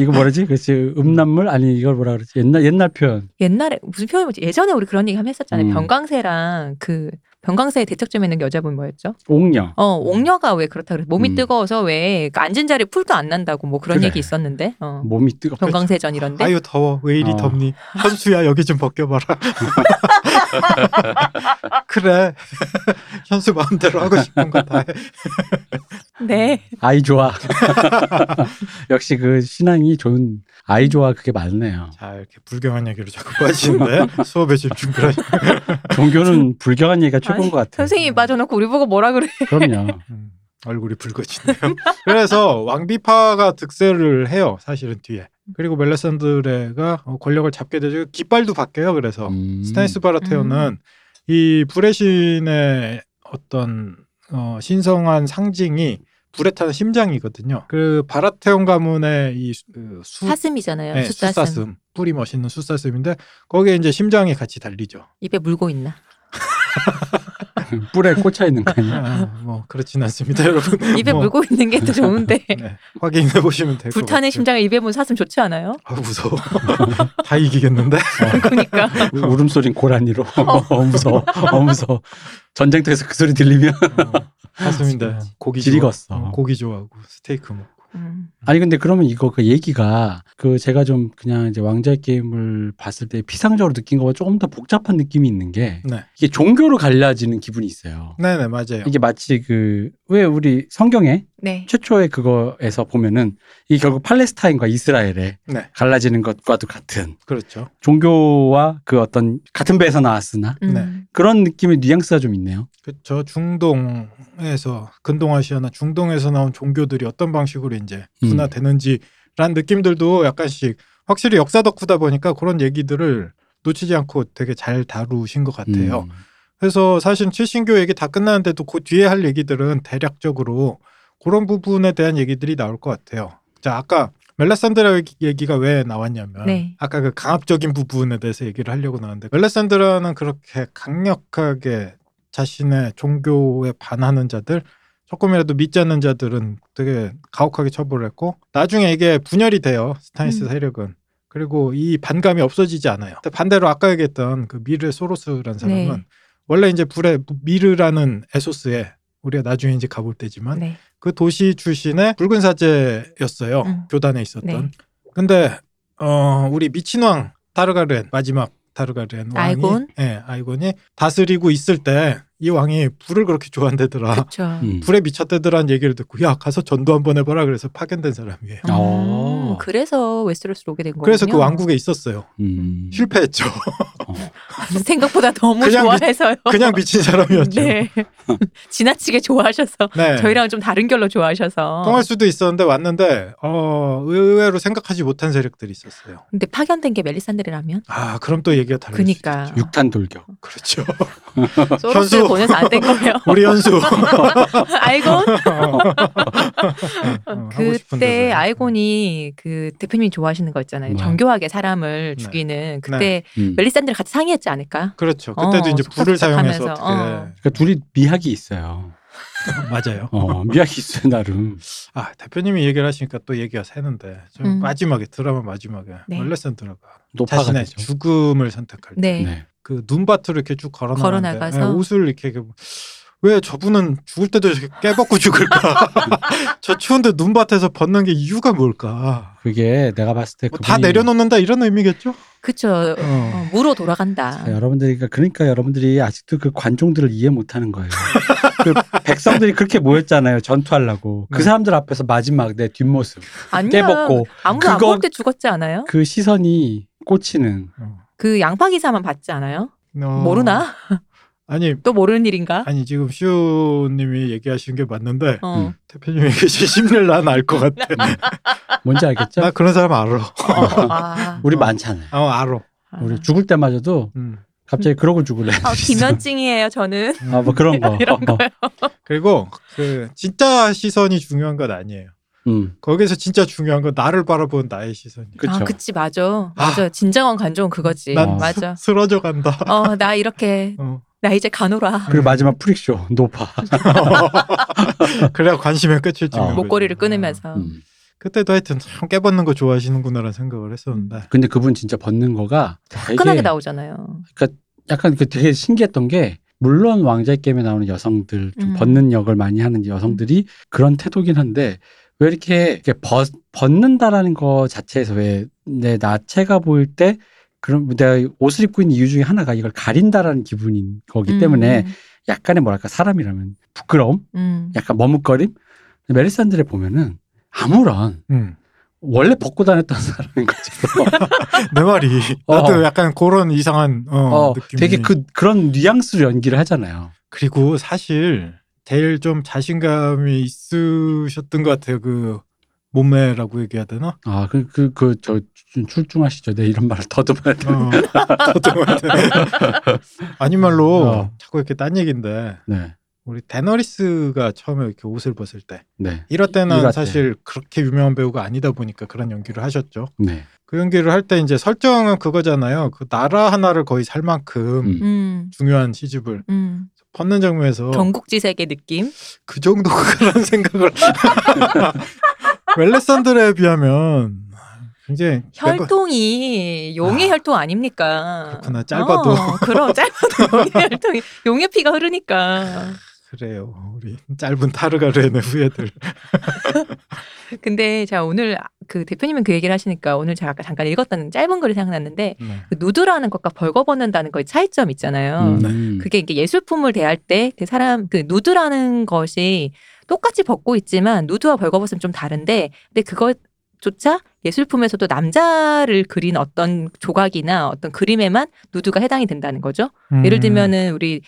이거 뭐라지? 그렇지 음란물 아니 이걸 뭐라 그러지? 옛날 옛날 표현. 옛날에 무슨 표현이 뭐지? 예전에 우리 그런 얘기 한번 했었잖아요. 음. 병강세랑 그 병강세의 대척점에 있는 그 여자분 뭐였죠? 옥녀. 어, 음. 옥녀가 왜 그렇다 그래? 몸이 음. 뜨거워서 왜그 앉은 자리 풀도 안 난다고 뭐 그런 그래. 얘기 있었는데. 어. 몸이 뜨겁. 병강세전 이런데. 뭐 그렇죠. 아유 더워. 왜 이리 어. 덥니? 현수야 여기 좀 벗겨봐라. 그래. 현수 마음대로 하고 싶은 거 다 해. 네. 음. 아이 좋아. 역시 그 신앙이 좋은 아이 좋아 그게 맞네요. 자 이렇게 불경한 얘기로 자꾸 빠지는데 수업에 집중 그래. 종교는 불경한 얘기가 최고인 아니, 것 같아요. 선생님이 빠져놓고 우리 보고 뭐라 그래? 그럼요. 음, 얼굴이 붉어지네요. 그래서 왕비파가 득세를 해요. 사실은 뒤에. 그리고 멜레산드레가 어, 권력을 잡게 되죠. 깃발도 바뀌어요. 그래서 음. 스타니스 바라테오는 이 불의 신의 어떤 어, 신성한 상징이 불에 타는 심장이거든요. 그 바라테온 가문의 이 수, 그 수, 사슴이잖아요. 네, 숫사슴. 숫사슴. 뿔이 멋있는 숫사슴인데 거기에 이제 심장이 같이 달리죠. 입에 물고 있나? 뿔에 꽂혀 있는 거 아니야? 아, 뭐 그렇진 않습니다, 여러분. 음. 입에 뭐, 물고 있는 게 더 좋은데. 네, 확인해 보시면 될것 같아요. 불타는 심장을 입에 문 사슴 좋지 않아요? 아 무서워. 다 이기겠는데. 그러니까. 울음소린 고라니로. 어, 무서워. 어, 무서워. 전쟁터에서 그 소리 들리면. 사슴인데 고기 어, 질이 좋아- 갔어. 어, 고기 좋아하고 스테이크 먹고. 음. 아니, 근데 그러면 이거 그 얘기가 그 제가 좀 그냥 이제 왕자의 게임을 봤을 때 피상적으로 느낀 거보다 조금 더 복잡한 느낌이 있는 게 네. 이게 종교로 갈라지는 기분이 있어요. 네네 맞아요. 이게 마치 그 왜 우리 성경에 네. 최초의 그거에서 보면은 이게 결국 팔레스타인과 이스라엘에 네. 갈라지는 것과도 같은 그렇죠. 종교와 그 어떤 같은 배에서 나왔으나 음. 그런 느낌의 뉘앙스가 좀 있네요. 그렇죠. 중동에서 근동아시아나 중동에서 나온 종교들이 어떤 방식으로 이제 음. 분화되는지란 느낌들도 약간씩 확실히 역사 덕후다 보니까 그런 얘기들을 놓치지 않고 되게 잘 다루신 것 같아요. 음. 그래서 사실 최신교 얘기 다 끝나는데도 그 뒤에 할 얘기들은 대략적으로 그런 부분에 대한 얘기들이 나올 것 같아요. 자, 아까 멜레산드라 얘기- 얘기가 왜 나왔냐면 네. 아까 그 강압적인 부분에 대해서 얘기를 하려고 나왔는데 멜레산드라는 그렇게 강력하게 자신의 종교에 반하는 자들 조금이라도 믿지 않는 자들은 되게 가혹하게 처벌했고 나중에 이게 분열이 돼요 스타니스 음. 세력은 그리고 이 반감이 없어지지 않아요 근데 반대로 아까 얘기했던 그 미르 소로스라는 사람은 네. 원래 이제 불의 미르라는 에소스에 우리가 나중에 이제 가볼 때지만 네. 그 도시 출신의 붉은 사제였어요 음. 교단에 있었던 네. 근데 어 우리 미친왕 타르가렌 마지막 타르가렌 왕이 아이곤? 예, 아이곤이 다스리고 있을 때 이 왕이 불을 그렇게 좋아한다더라 그렇죠. 음. 불에 미쳤다더라는 얘기를 듣고 야 가서 전도 한번 해봐라 그래서 파견된 사람이에요 어. 음, 그래서 웨스테로스로 오게 된 거군요. 아. 그래서 그 왕국에 있었어요 음. 실패했죠 어. 생각보다 너무 그냥 미- 좋아해서요. 그냥 미친 사람이었죠 네, 네. 지나치게 좋아하셔서 저희랑 좀 다른 결로 좋아하셔서. 통할 수도 있었는데 왔는데 어 의외로 생각하지 못한 세력들이 있었어요 근데 파견된 게 멜리산드레라면? 아 그럼 또 얘기가 다르죠 그니까 육탄 돌격. 그렇죠 소로스 현수. 보내서 안 된 거예요. 우리 연수 어, 아이고 하고 싶은데. 네. 그때 아이곤이 그 대표님이 좋아하시는 거 있잖아요. 네. 정교하게 사람을 네. 죽이는 그때 네. 음. 멜리산드랑 같이 상의했지 않을까? 그렇죠 그때도 어, 이제 불을 사용해서 속삭속삭하면서, 어떻게 네. 어. 그러니까 둘이 미학이 있어요. 맞아요. 어, 미학이 있어요 나름. 아 대표님이 얘기를 하시니까 또 얘기가 새는데 좀 음. 마지막에 드라마 마지막에 네. 멜레산드라가 노파가 자신의 되죠. 죽음을 선택할 때 네. 그 눈밭으로 이렇게 쭉 걸어나가는데 예, 걸어나가서? 옷을 이렇게 이렇게 왜 저분은 죽을 때도 이렇게 깨벗고 죽을까? 저 추운데 눈밭에서 벗는 게 이유가 뭘까? 그게 내가 봤을 때 뭐다 그분이- 내려놓는다 이런 의미겠죠? 그쵸. 어, 무로 돌아간다. 네. 자, 여러분들이 그러니까- 그러니까 여러분들이 아직도 그 관종들을 이해 못하는 거예요. 그 백성들이 그렇게 모였잖아요 전투하려고 그 네. 사람들 앞에서 마지막 내 뒷모습 아니야. 깨벗고 아무도 안 그거- 먹을 때 죽었지 않아요? 그 시선이 꽂히는 그 양파 기사만 봤지 않아요? 어, 모르나? 아니 또 모르는 일인가? 아니 지금 슈님이 얘기하시는 게 맞는데 어. 음. 대표님이 계시심을 난알 것 같아. 뭔지 나 알겠죠? 그런 사람 알아. 아. 우리 어. 많잖아요. 어 알아. 우리 죽을 때마저도 음. 갑자기 그러고 죽을래. 아, 김현증이에요, 저는. 아 뭐 그런 거. 이런 어, 거요. 그리고 그 진짜 시선이 중요한 건 아니에요. 음, 거기서 진짜 중요한 건 나를 바라본 나의 시선이. 그쵸. 아, 그치, 맞아. 맞아. 진정한 관종은 그거지. 난 맞아. 쓰러져 간다. 어, 나 이렇게, 어. 나 이제 가노라. 그리고 마지막 프릭쇼 노파. 그래야 관심의 끝을 찍는 거지. 어. 뭐. 네. 목걸이를 끊으면서. 음. 그때도 하여튼 참 깨벗는 거 좋아하시는구나라는 생각을 했었는데 근데 그분 진짜 벗는 거가 되게 끈하게 나오잖아요. 약간 그 되게 신기했던 게 물론 왕자의 게임에 나오는 여성들 좀 음. 벗는 역을 많이 하는 여성들이 그런 태도긴 한데 왜 이렇게, 이렇게 벗, 벗는다라는 거 자체에서 왜 내 나체가 보일 때 그런 내가 옷을 입고 있는 이유 중에 하나가 이걸 가린다라는 기분인 거기 때문에 약간의 뭐랄까 사람이라면 부끄러움, 음, 음. 약간 머뭇거림. 메리산드를 보면은 아무런 음. 원래 벗고 다녔던 사람인 거죠. 내 말이 나도 어. 약간 그런 이상한 어, 어, 느낌이 되게 그 그런 뉘앙스로 연기를 하잖아요. 그리고 사실 제일 좀 자신감이 있으셨던 것 같아요. 그 몸매라고 얘기해야 되나? 아, 그, 그, 그, 저, 좀 출중하시죠. 내 이런 말을 더듬어야 돼. 어, 어떤 것 같아요. 아니 말로 어. 자꾸 이렇게 딴 얘기인데 네. 우리 데너리스가 처음에 이렇게 옷을 벗을 때 네. 이럴 때는 일화 때. 사실 그렇게 유명한 배우가 아니다 보니까 그런 연기를 하셨죠. 네. 그 연기를 할 때 이제 설정은 그거잖아요. 그 나라 하나를 거의 살 만큼 음. 음, 중요한 시집을 음. 벗는 장면에서 경국지색의 느낌. 그 정도라는 생각을 웰레산드레에 비하면 굉장히 매거- 혈통이 용의 아, 혈통 아닙니까? 그렇구나. 짧아도. 어, 그럼 짧아도 용의 혈통이 용의 피가 흐르니까. 그래요 우리 짧은 타르가르의 후예들 근데 자 오늘 그 대표님은 그 얘기를 하시니까 오늘 제가 아까 잠깐 읽었던 짧은 글이 생각났는데 네. 그 누드라는 것과 벌거벗는다는 거의 차이점 있잖아요. 음. 어, 그게 이게 예술품을 대할 때 그 사람 그 누드라는 것이 똑같이 벗고 있지만 누드와 벌거벗은 좀 다른데 근데 그것조차 예술품에서도 남자를 그린 어떤 조각이나 어떤 그림에만 누드가 해당이 된다는 거죠. 음. 예를 들면은 우리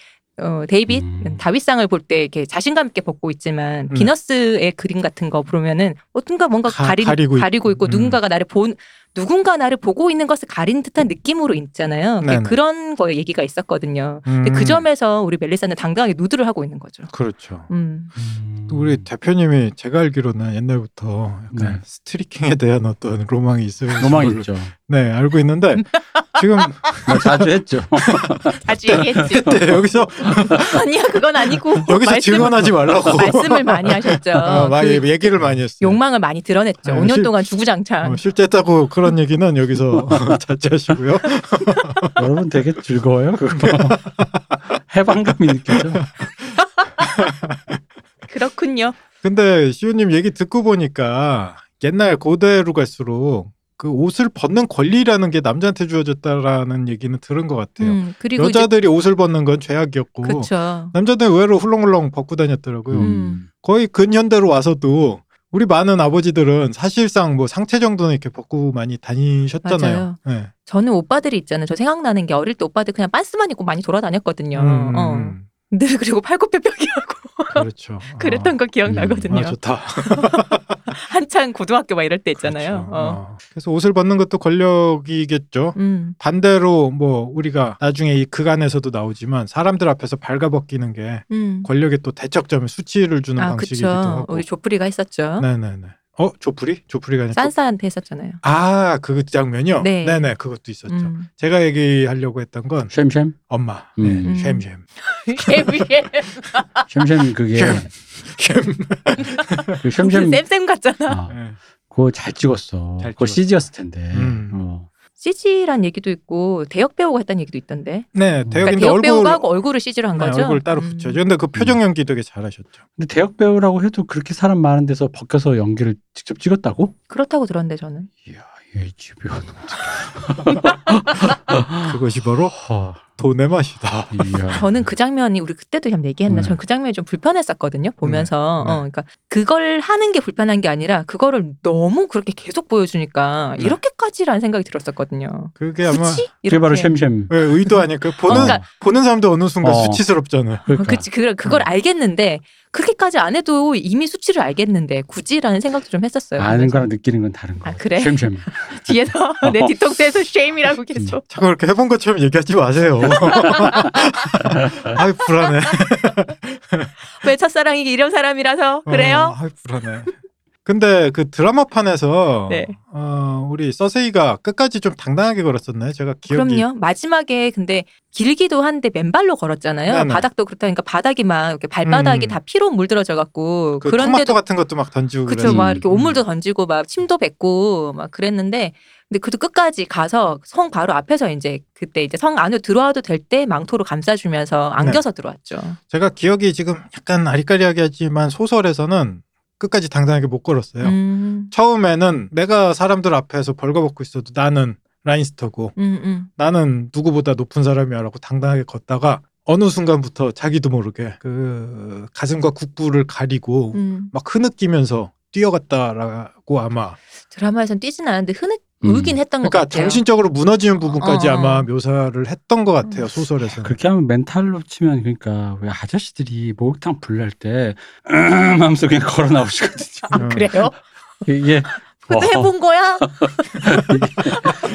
어, 데이빗 음. 다윗상을 볼 때 이렇게 자신감 있게 벗고 있지만 음. 비너스의 그림 같은 거 보면은 어떤가 뭔가 가- 가리, 가리고 가리고, 있- 있고 음. 누군가가 나를 본 누군가 나를 보고 있는 것을 가린 듯한 느낌으로 있잖아요. 네네. 그런 거 얘기가 있었거든요. 음. 근데 그 점에서 우리 멜리사는 당당하게 누드를 하고 있는 거죠. 그렇죠 음. 음. 또 우리 대표님이 제가 알기로는 옛날부터 약간 네. 스트리킹에 대한 어떤 로망이 있어요 로망 있죠. 네 알고 있는데 지금 뭐 자주 했죠. 아주 얘기했지. 네, 여기서 아니야 그건 아니고 여기서 어, 말씀- 증언하지 말라고 말씀을 많이 하셨죠. 아, 많이 그 얘기를 많이 했어요 욕망을 많이 드러냈죠. 아, 5년 실- 동안 주구장창. 어, 실제 했다고 그런 얘기는 여기서 자제하시고요 여러분 되게 즐거워요. 그거. 해방감이 느껴져. 그렇군요. 근데 시우님 얘기 듣고 보니까 옛날 고대로 갈수록 그 옷을 벗는 권리라는 게 남자한테 주어졌다라는 얘기는 들은 것 같아요. 음, 그리고 이제 여자들이 옷을 벗는 건 죄악이었고 그렇죠. 남자들은 의외로 훌렁훌렁 벗고 다녔더라고요. 음. 거의 근현대로 와서도 우리 많은 아버지들은 사실상 뭐 상체 정도는 이렇게 벗고 많이 다니셨잖아요. 네. 저는 오빠들이 있잖아요. 저 생각나는 게 어릴 때 오빠들 그냥 반스만 입고 많이 돌아다녔거든요. 음, 어. 음, 늘 그리고 팔굽혀펴기하고 그렇죠. 그랬던 거 음, 기억나거든요. 아, 좋다. 한창 고등학교 막 이럴 때 있잖아요. 그렇죠. 어. 어. 그래서 옷을 벗는 것도 권력이겠죠. 음. 반대로 뭐 우리가 나중에 이 극안에서도 나오지만 사람들 앞에서 발가벗기는 게 음. 권력의 또 대척점에 수치를 주는 아, 방식이기도 그쵸. 하고. 우리 조프리가 했었죠. 네네네. 어 조프리? 조프리가 아니라 조- 산사한테 했었잖아요. 아, 그 장면이요? 네. 네네, 그것도 있었죠. 음. 제가 얘기하려고 했던 건 쉔쉔? 엄마. 네, 음. 쉔쉔. 예, 쉔쉔 그게 쉔. 그 쉔쉔 무슨 쌤쌤 같잖아. 아, 네. 그거 잘 찍었어. 잘 그거 찍었어. CG였을 텐데. 음. 어. CG란 얘기도 있고 대역 배우가 했다는 얘기도 있던데. 네, 그러니까 대역인데 대역 얼굴 배우가 하고 얼굴을 CG로 한 네, 거죠. 얼굴 따로 음. 붙여죠. 근데 그 표정 연기 되게 잘하셨죠. 근데 대역 배우라고 해도 그렇게 사람 많은 데서 벗겨서 연기를 직접 찍었다고? 그렇다고 들었는데 저는. 이야, 이 집요한. 음. 그것이 바로 허, 돈의 맛이다. 이야. 저는 그 장면이 우리 그때도 좀 얘기했나? 네. 저는 그 장면이 좀 불편했었거든요. 보면서 음. 네. 어, 그러니까 그걸 하는 게 불편한 게 아니라 그거를 너무 그렇게 계속 보여주니까 네. 이렇게까지라는 생각이 들었었거든요. 그게 아마 굳이 그게 이렇게. 바로 쉔쉔. 왜 네, 의도 아닐까? 보는 뭔가- 보는 사람도 어느 순간 어. 수치스럽잖아요. 어, 그러니까. 그치 그걸 그걸 네. 음. 알겠는데 그렇게까지 안 해도 이미 수치를 알겠는데 굳이라는 생각도 좀 했었어요. 아는 그래서 그러니까 거랑 느끼는 건 다른 거. 아, 그래? 쉔쉔. 뒤에서 어. 내 뒤통수에서 음. 쉐임이라고 계속. 자꾸 그렇게 해본 것처럼 얘기하지 마세요. 아이 불안해. 왜 첫사랑이 이런 사람이라서 그래요? 어, 아이 어, 불안해. 근데 그 드라마판에서 네. 어, 우리 서세이가 끝까지 좀 당당하게 걸었었네. 제가 기억이 그럼요. 마지막에 근데 길기도 한데 맨발로 걸었잖아요. 네네. 바닥도 그렇다니까 바닥이 막 이렇게 발바닥이 음. 다 피로 물들어져 갖고 그 토마토 그런데도 같은 것도 막 던지고 그쵸 그래서. 막 이렇게 음. 오물도 던지고 막 침도 뱉고 막 그랬는데 근데 그래도 끝까지 가서 성 바로 앞에서 이제 그때 이제 성 안으로 들어와도 될 때 망토로 네. 감싸주면서 안겨서 들어왔죠. 제가 기억이 지금 약간 아리까리하게 하지만 소설에서는 끝까지 당당하게 못 걸었어요. 음, 처음에는 내가 사람들 앞에서 벌거벗고 있어도 나는 라인스터고 음, 음. 나는 누구보다 높은 사람이야라고 당당하게 걷다가 어느 순간부터 자기도 모르게 그 가슴과 국부를 가리고 음. 막 흐느끼면서 뛰어갔다라고 아마 드라마에선 뛰진 않았는데 흐느끼 음. 울긴 했던 것 그러니까 같아요. 정신적으로 무너지는 부분까지 어, 어. 아마 묘사를 했던 것 같아요 소설에서. 는 음. 그렇게 하면 멘탈로 치면 그러니까 왜 아저씨들이 목욕탕 불날 때 하면서 그냥 걸어 나오시거든요. 네. 아 그래요? 이게 그것도 와, 해본 거야?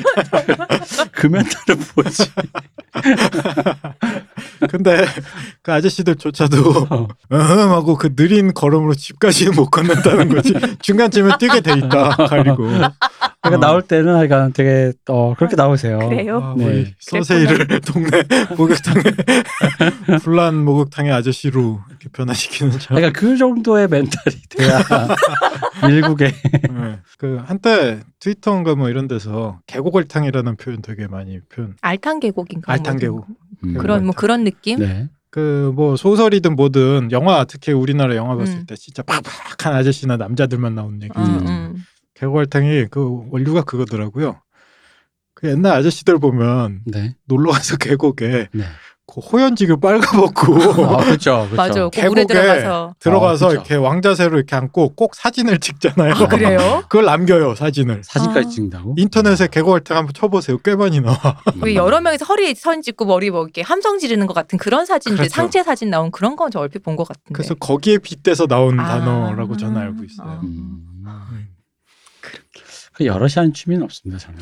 그 멘탈은 뭐지? 근데 그 아저씨들조차도 어. 으흠 하고 그 느린 걸음으로 집까지는 못 건넌다는 거지. 중간쯤에 뛰게 돼 있다 가리고. 그러니까 어. 나올 때는 약간 되게 어 그렇게 나오세요. 그래요? 아, 네. 우리 서세이를 동네 목욕탕에 불난 목욕탕의 아저씨로 이렇게 변화시키는 참. 그러니까 그 정도의 멘탈이 돼야 일국에 네. 그 한때 트위터인가 뭐 이런 데서 계곡알탕이라는 표현 되게 많이 표현. 알탕 계곡인가? 알탕 뭐. 계곡. 그런 뭐 그런 느낌? 음, 네. 그 뭐 소설이든 뭐든 영화 특히 우리나라 영화 봤을 음. 때 진짜 팍팍한 아저씨나 남자들만 나오는 얘기. 음, 음. 계곡알탕이 그 원류가 그거더라고요. 그 옛날 아저씨들 보면 네. 놀러 가서 계곡에 네. 그 호연지교 빨가벗고 아, 그렇죠. 그렇죠. 맞아. 고물에 계곡에 들어가서. 들어가서 아, 그쵸. 이렇게 왕자세로 이렇게 앉고 꼭 사진을 찍잖아요. 아, 그래요? 그걸 남겨요 사진을. 사진까지 아. 찍는다고? 음. 인터넷에 계곡알탕 한번 쳐보세요. 꽤 많이 나와. 왜 여러 명이서 허리 선 찍고 머리 뭐 이렇게 함성 지르는 것 같은 그런 사진들 그렇죠. 상체 사진 나온 그런 건 저 얼핏 본 것 같은데. 그래서 거기에 빗대서 나온 아. 단어라고 저는 알고 있어요. 아. 음. 음. 그 여럿이 하는 취미는 없습니다. 저는.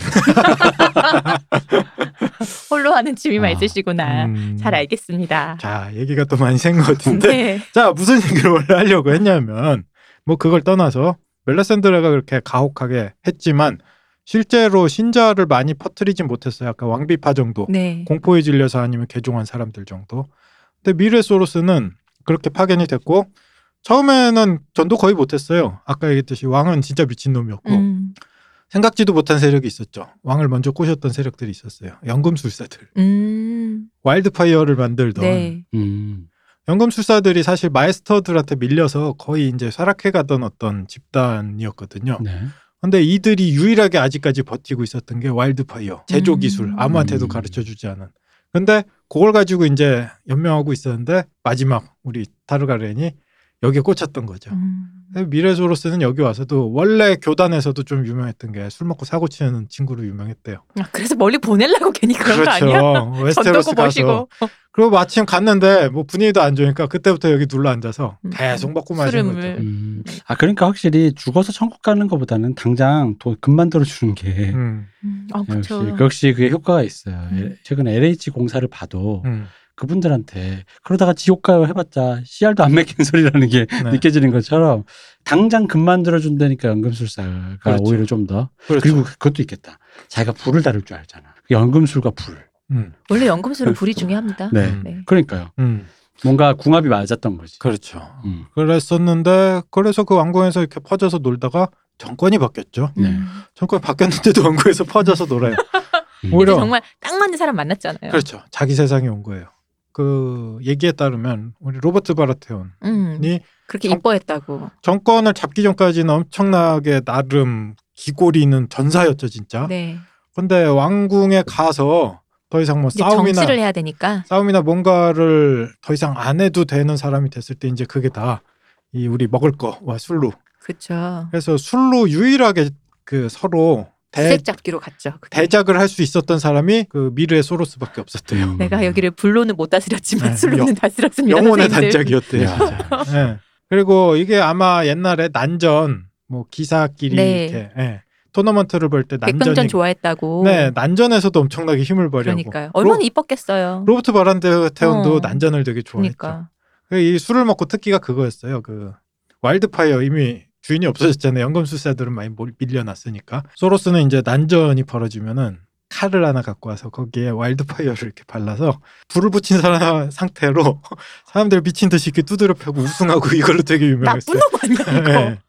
홀로 하는 취미만 아, 있으시구나. 음. 잘 알겠습니다. 자 얘기가 또 많이 센 것 같은데 네. 자 무슨 얘기를 원래 하려고 했냐면 뭐 그걸 떠나서 멜라센드라가 그렇게 가혹하게 했지만 실제로 신자를 많이 퍼뜨리진 못했어요. 약간 왕비파 정도. 네. 공포에 질려서 아니면 개종한 사람들 정도. 근데 미르의 소로스는 그렇게 파견이 됐고 처음에는 전도 거의 못했어요. 아까 얘기했듯이 왕은 진짜 미친놈이었고 음. 생각지도 못한 세력이 있었죠. 왕을 먼저 꼬셨던 세력들이 있었어요. 연금술사들. 음. 와일드파이어를 만들던 네. 음. 연금술사들이 사실 마에스터들한테 밀려서 거의 이제 사락해가던 어떤 집단이었거든요. 네. 근데 이들이 유일하게 아직까지 버티고 있었던 게 와일드파이어 제조 기술 음. 아무한테도 음. 가르쳐 주지 않은 근데 그걸 가지고 이제 연명하고 있었는데 마지막 우리 타르가렌이 여기에 꽂혔던 거죠 음. 미래소로스는 여기 와서도 원래 교단에서도 좀 유명했던 게 술 먹고 사고 치는 친구로 유명했대요 어, 아, 그래서 멀리 보내려고 괜히 그런 거 아니야? 웨스테로스 전도고 그렇죠. 가서 보시고 그리고 마침 갔는데 뭐 분위기도 안 좋으니까 그때부터 여기 눌러 앉아서 음. 계속 먹고 술을 마시는 물- 거죠 음. 아 그러니까 확실히 죽어서 천국 가는 것보다는 당장 돈 금만 들어주는 게 음, 음. 아, 역시 그렇죠. 그 역시 그게 효과가 있어요. 예, 음. 최근에 LH 공사를 봐도 음. 그분들한테 그러다가 지옥 가요 해봤자 씨알도 안 맥힌 소리라는 게 네. 느껴지는 것처럼 당장 금만 들어준다니까 연금술사가 그렇죠. 오히려 좀 더 그렇죠. 그리고 그것도 있겠다. 자기가 불을 다룰 줄 알잖아. 그 연금술과 불. 음, 원래 연금술은 불이 중요합니다. 네. 음. 네. 그러니까요. 음. 뭔가 궁합이 맞았던 거지. 그렇죠 음. 그랬었는데 그래서 그 왕궁에서 이렇게 퍼져서 놀다가 정권이 바뀌었죠. 네. 음. 정권이 바뀌었는데도 왕궁에서 퍼져서 놀아요. 음. 이제 오히려 정말 딱 맞는 사람 만났잖아요. 그렇죠. 자기 세상에 온 거예요. 그 얘기에 따르면 우리 로버트 바라테온이 음. 그렇게 정- 이뻐했다고. 정권을 잡기 전까지는 엄청나게 나름 기골이는 전사였죠, 진짜. 네. 근데 왕궁에 가서 더 이상 뭐 이제 싸움이나 정치를 해야 되니까. 싸움이나 뭔가를 더 이상 안 해도 되는 사람이 됐을 때 이제 그게 다 이 우리 먹을 거와 술로. 그렇죠. 그래서 술로 유일하게 그 서로 대, 수색 잡기로 갔죠. 그때. 대작을 할 수 있었던 사람이 그 미르의 소로스밖에 없었대요. 음. 내가 여기를 불로는 못 다스렸지만 네, 술로는 영- 다스렸습니다. 영혼의 선생님들. 단짝이었대요. 야. 예. 그리고 이게 아마 옛날에 난전 뭐 기사끼리 네. 이렇게 예. 토너먼트를 볼 때 백금전 난전이 좋아했다고. 네 난전에서도 엄청나게 힘을 발휘하고 그러니까요. 얼마나 로- 이뻤겠어요. 로버트 바란테온도 어. 난전을 되게 좋아했죠. 그러니까. 이 술을 먹고 특기가 그거였어요. 그 와일드파이어 이미 주인이 없어졌잖아요. 연금술사들은 많이 몰- 밀려났으니까. 소로스는 이제 난전이 벌어지면은 칼을 하나 갖고 와서 거기에 와일드파이어를 이렇게 발라서 불을 붙인 사람 상태로 사람들 미친 듯이 이렇게 두드려 패고 우승하고 이걸로 되게 나쁜 유명했어요. 놈 아니야 이거. 예,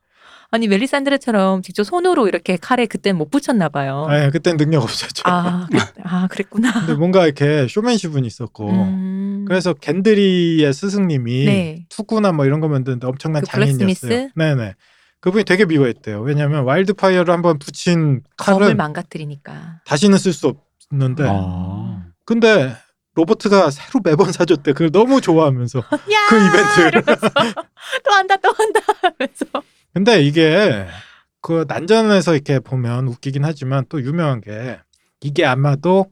아니 멜리산드레처럼 직접 손으로 이렇게 칼에 그땐 못 붙였나 봐요. 예, 그땐 능력 없었죠. 아, 아 그랬구나. 근데 뭔가 이렇게 쇼맨십은 있었고 음. 그래서 겐드리의 스승님이 네. 투구나 뭐 이런 거 만드는데 엄청난 그 블랙 장인이었어요. 스미스? 네네. 그분이 되게 미워했대요. 왜냐하면 와일드파이어를 한번 붙인 검을 칼은 망가뜨리니까. 다시는 쓸 수 없는데 아. 근데 로버트가 새로 매번 사줬대. 그걸 너무 좋아하면서 야! 그 이벤트를. 또 한다 또 한다 하면서. 근데 이게 그 난전에서 이렇게 보면 웃기긴 하지만 또 유명한 게 이게 아마도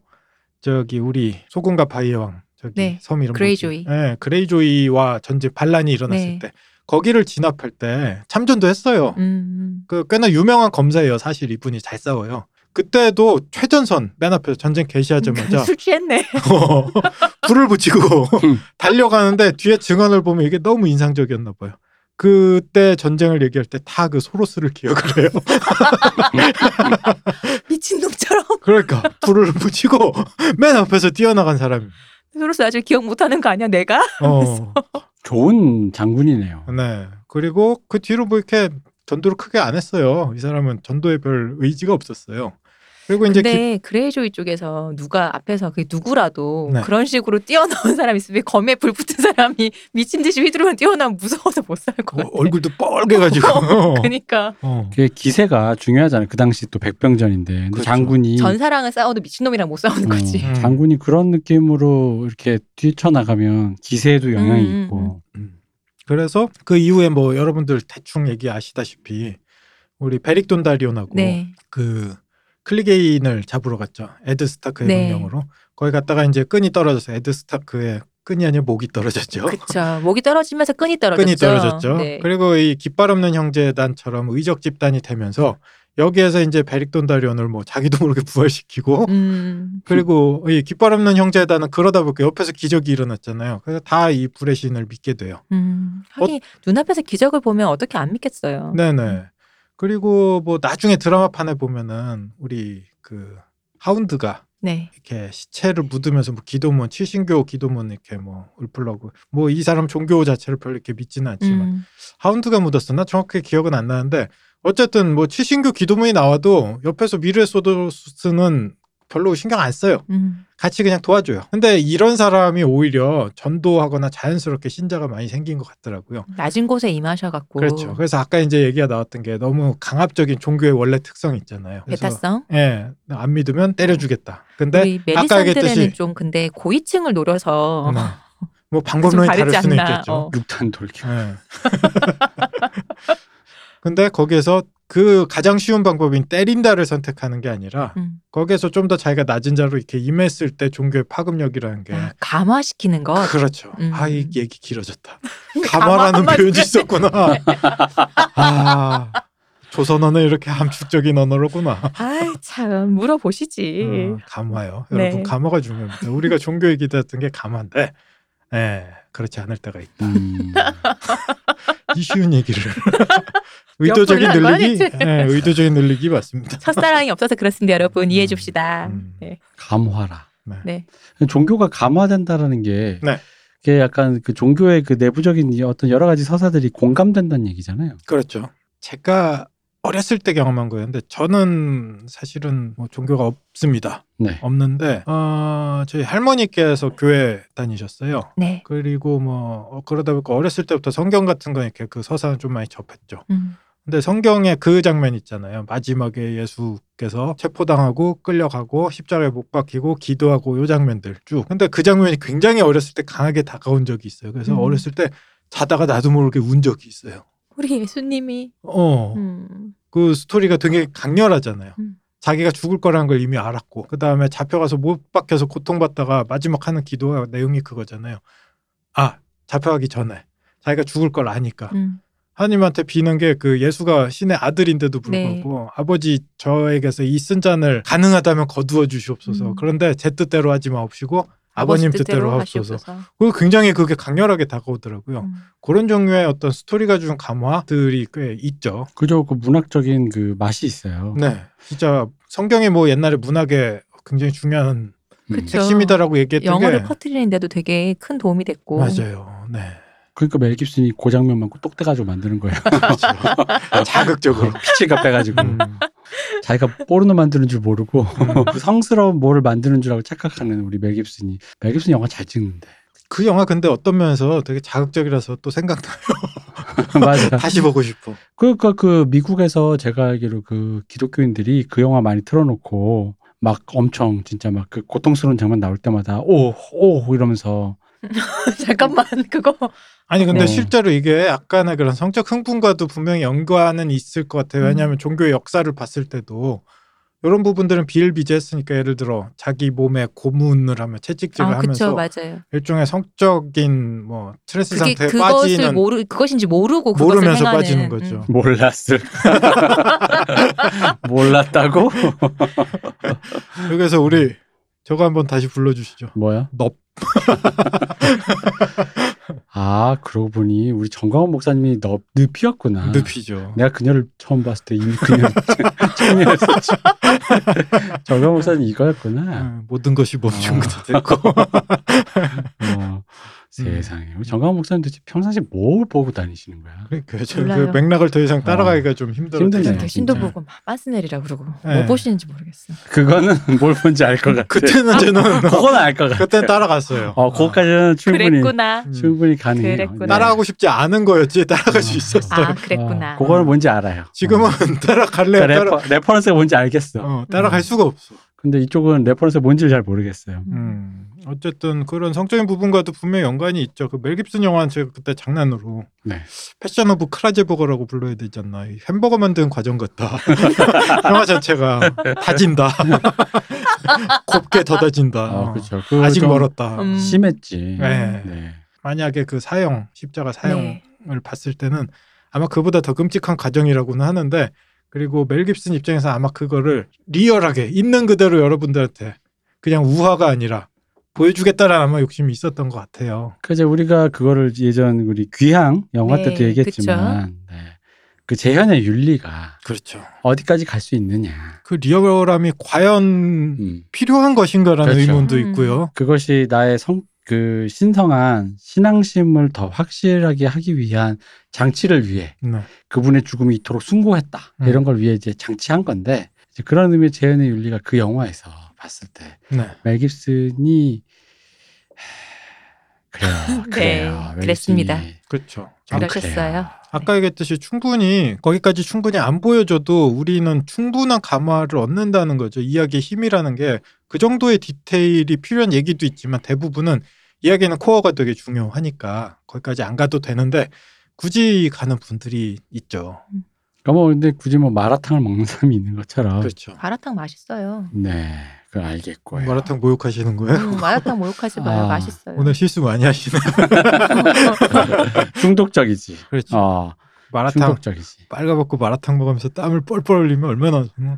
저기 우리 소금과 바위왕 저기 네, 섬 이름 그레이조이. 뭐지? 네, 그레이조이와 전쟁 반란이 일어났을 네. 때 거기를 진압할 때 참전도 했어요. 음. 그 꽤나 유명한 검사예요. 사실 이분이 잘 싸워요. 그때도 최전선 맨 앞에서 전쟁 개시하자마자 술 음, 취했네. 어, 불을 붙이고 음. 달려가는데 뒤에 증언을 보면 이게 너무 인상적이었나 봐요. 그때 전쟁을 얘기할 때 다 그 소로스를 기억을 해요. 미친놈처럼. 그러니까 불을 붙이고 맨 앞에서 뛰어나간 사람이. 소로스 아직 기억 못하는 거 아니야 내가? 어, 좋은 장군이네요. 네. 그리고 그 뒤로 뭐 이렇게 전도를 크게 안 했어요. 이 사람은 전도에 별 의지가 없었어요. 그리고 이제 기- 근데 네, 그레이조이 쪽에서 누가 앞에서 그 누구라도 네. 그런 식으로 뛰어나온 사람이 있으면 검에 불 붙은 사람이 미친 듯이 휘두르면 뛰어나면 무서워서 못 살 것 어, 같아. 얼굴도 뻘개가지고. 그러니까 어. 그 기세가 중요하잖아요. 그 당시 또 백병전인데 근데 그렇죠. 장군이 전사랑은 싸워도 미친놈이랑 못 싸우는 어, 거지. 음. 장군이 그런 느낌으로 이렇게 뛰쳐나가면 기세에도 영향이 음, 음, 있고 그래서 그 이후에 뭐 여러분들 대충 얘기 아시다시피 우리 베릭 돈다리온하고 네. 그 클리게인을 잡으러 갔죠. 에드 스타크의 네. 명령으로. 거기 갔다가 이제 끈이 떨어져서 에드 스타크의 끈이 아니라 목이 떨어졌죠. 그쵸. 목이 떨어지면서 끈이 떨어졌죠. 끈이 떨어졌죠. 네. 그리고 이 깃발 없는 형제단처럼 의적 집단이 되면서 여기에서 이제 베릭 돈다리온을 뭐 자기도 모르게 부활시키고 음. 그리고 이 깃발 없는 형제단은 그러다 보니까 옆에서 기적이 일어났잖아요. 그래서 다 이 불의 신을 믿게 돼요. 음. 하긴 눈앞에서 기적을 보면 어떻게 안 믿겠어요. 어. 네네. 그리고 뭐 나중에 드라마판에 보면은 우리 그 하운드가 네. 이렇게 시체를 묻으면서 뭐 기도문, 칠신교 기도문 이렇게 뭐 울플러고 뭐 이 사람 종교 자체를 별로 이렇게 믿지는 않지만 음. 하운드가 묻었었나 정확히 기억은 안 나는데 어쨌든 뭐 칠신교 기도문이 나와도 옆에서 미르의 소도스는 별로 신경 안 써요. 음. 같이 그냥 도와줘요. 근데 이런 사람이 오히려 전도하거나 자연스럽게 신자가 많이 생긴 것 같더라고요. 음. 낮은 곳에 임하셔갖고 그렇죠. 그래서 아까 이제 얘기가 나왔던 게 너무 강압적인 종교의 원래 특성이 있잖아요. 그래서 배타성. 예, 안 믿으면 때려주겠다. 근데 우리 네, 아까 메리산드레는 얘기했듯이 좀 근데 고위층을 노려서 음, 뭐 좀 방법론이 다를 다르지 수는 않나. 있겠죠. 어. 육탄 돌기. 예. 근데 거기에서 그 가장 쉬운 방법인 때린다를 선택하는 게 아니라 음. 거기에서 좀 더 자기가 낮은 자로 이렇게 임했을 때 종교의 파급력이라는 게 아, 감화시키는 것. 네. 그렇죠. 음. 아, 아, 이 얘기 길어졌다. 감화한 감화라는 마디 표현이 그래. 있었구나. 아, 조선 언어 이렇게 함축적인 언어로구나. 아이 참 물어보시지. 어, 감화요. 예. 네. 여러분 감화가 중요합니다. 우리가 종교 얘기도 했던 게 감화인데, 예, 그렇지 않을 때가 있다. 음. 이 쉬운 얘기를 의도적인 역불난 거야, 늘리기, 대체. 예, 의도적인 늘리기 맞습니다. 첫사랑이 없어서 그렇습니다, 여러분 이해해 줍시다. 음. 네. 감화라. 네. 네. 종교가 감화된다라는 게 네. 그게 약간 그 종교의 그 내부적인 이 어떤 여러 가지 서사들이 공감된다는 얘기잖아요. 그렇죠. 제가 어렸을 때 경험한 거였는데 저는 사실은 뭐 종교가 없습니다. 네. 없는데 어, 저희 할머니께서 교회 다니셨어요. 네. 그리고 뭐 어, 그러다 보니까 어렸을 때부터 성경 같은 거 이렇게 그 서사는 좀 많이 접했죠. 음. 근데 성경에 그 장면 있잖아요. 마지막에 예수께서 체포당하고 끌려가고 십자가에 못 박히고 기도하고 요 장면들 쭉. 근데 그 장면이 굉장히 어렸을 때 강하게 다가온 적이 있어요. 그래서 음. 어렸을 때 자다가 나도 모르게 운 적이 있어요. 우리 예수님이 어. 음. 그 스토리가 되게 강렬하잖아요. 음. 자기가 죽을 거라는 걸 이미 알았고 그 다음에 잡혀가서 못 박혀서 고통받다가 마지막 하는 기도가 내용이 그거잖아요. 아 잡혀가기 전에 자기가 죽을 걸 아니까 음. 하나님한테 비는 게 그 예수가 신의 아들인데도 불구하고 아버지 저에게서 이 쓴 잔을 가능하다면 거두어 주시옵소서. 음. 그런데 제 뜻대로 하지 마옵시고 아버님 뜻대로 하옵소서. 어, 그 굉장히 그게 강렬하게 다가오더라고요. 음. 그런 종류의 어떤 스토리가 주는 감화들이 꽤 있죠. 그저 그 문학적인 그 맛이 있어요. 네, 진짜 성경이 뭐 옛날에 문학의 굉장히 중요한 음. 그쵸. 핵심이다라고 얘기했던 그렇죠. 영어를 게 퍼뜨리는데도 되게 큰 도움이 됐고 맞아요. 네, 그러니까 멜 깁슨이 그 장면만 꼭 똑대가지고 만드는 거예요. 그렇죠. 자극적으로. 피치가 빼가지고 음, 자기가 포르노 만드는 줄 모르고 그 성스러운 뭐를 만드는 줄 알고 착각하는 우리 멜 깁슨이 멜 깁슨 영화 잘 찍는데 그 영화 근데 어떤 면에서 되게 자극적이라서 또 생각나. 맞아. 다시 보고 싶어. 그러니까 그 미국에서 제가 알기로 그 기독교인들이 그 영화 많이 틀어놓고 막 엄청 진짜 막 그 고통스러운 장면 나올 때마다 오 오 이러면서 잠깐만 그거 아니 근데 네. 실제로 이게 약간의 그런 성적 흥분과도 분명히 연관은 있을 것 음. 같아요. 왜냐하면 종교의 역사를 봤을 때도 이런 부분들은 비일비재했으니까 예를 들어 자기 몸에 고문을 하면 채찍질을 아 그쵸 하면서 맞아요. 일종의 성적인 뭐 스트레스 그게 상태에 그것을 빠지는 모르 그것인지 모르고 뭐 그것을 모르면서 행하는, 빠지는 거죠. 음. 몰랐을 몰랐다고 여기서 우리 저거 한번 다시 불러주시죠. 뭐야? 넙. 아 그러고 보니 우리 정광훈 목사님이 너 늪이었구나. 늪이죠. 내가 그녀를 처음 봤을 때 이미 그녀 청년이었었지. 정광훈 목사님 이거였구나. 음, 모든 것이 아, 멈춤도 됐고 어, 세상에. 우리 정광훈 목사님 도대체 평상시 뭘 보고 다니시는 거야? 그러니까 저 몰라요. 그 맥락을 더 이상 따라가기가 좀 힘들어요. 아. 힘드네요. 네, 신도 진짜. 보고 막 빤스넬이라 그러고 네. 뭐 보시는지 모르겠어. 그거는 뭘 본지 알 것 네. 같아. 그때는 저는 그건 알 것 같아. 그때 따라갔어요. 어, 그거까지는 충분히 그랬구나. 음. 충분히 가능해요. 네. 그랬구나. 따라하고 싶지 않은 거였지 따라갈 음. 수 있었어요. 아 그랬구나. 어, 그거는 뭔지 알아요. 지금은 네, 어. 따라갈래 그러니까 따라 레퍼, 레퍼런스가 뭔지 알겠어. 어, 따라갈 음. 수가 없어. 근데 이쪽은 레퍼런스가 뭔지를 잘 모르겠어요. 음. 음. 어쨌든 그런 성적인 부분과도 분명 히 연관이 있죠. 그 멜 깁슨 영화는 제가 그때 장난으로 네. 패션 오브 크라제버거라고 불러야 되지 않나. 이 햄버거 만드는 과정 같다. 영화 자체가 다진다. 곱게 더다진다. 아, 그렇죠. 그거 아직 좀 멀었다. 음. 심했지. 네. 네. 만약에 그 사형 십자가 사형을 네. 봤을 때는 아마 그보다 더 끔찍한 과정이라고는 하는데 그리고 멜 깁슨 입장에서 아마 그거를 리얼하게 있는 그대로 여러분들한테 그냥 우화가 아니라 보여주겠다라는 아마 욕심이 있었던 것 같아요. 그 이제 우리가 그거를 예전 우리 귀향 영화 네, 때도 얘기했지만 네. 그 재현의 윤리가 그렇죠. 어디까지 갈 수 있느냐. 그 리얼함이 과연 음. 필요한 것인가라는 그렇죠. 의문도 음. 있고요. 그것이 나의 성 그 신성한 신앙심을 더 확실하게 하기 위한 장치를 위해 네. 그분의 죽음이 이토록 숭고했다 음. 이런 걸 위해 이제 장치한 건데 이제 그런 의미의 재현의 윤리가 그 영화에서 봤을 때 네. 멜깁슨이 그래요, 네, 그래요. 멜 그랬습니다. 깁슨이 그렇죠. 좀 그러셨어요. 그래요. 아까 얘기했듯이 충분히 거기까지 충분히 안 보여줘도 우리는 충분한 감화를 얻는다는 거죠. 이야기의 힘이라는 게 그 정도의 디테일이 필요한 얘기도 있지만 대부분은 이야기는 코어가 되게 중요하니까 거기까지 안 가도 되는데 굳이 가는 분들이 있죠. 그러니까 뭐 근데 굳이 뭐 마라탕을 먹는 사람이 있는 것처럼 그렇죠. 마라탕 맛있어요. 네, 그건 알겠고요. 마라탕 모욕하시는 거예요? 음, 마라탕 모욕하지 마요. 아, 맛있어요. 오늘 실수 많이 하시네. 중독적이지. 그렇죠. 어, 마라탕 중독적이지. 빨가벗고 마라탕 먹으면서 땀을 뻘뻘 흘리면 얼마나 음,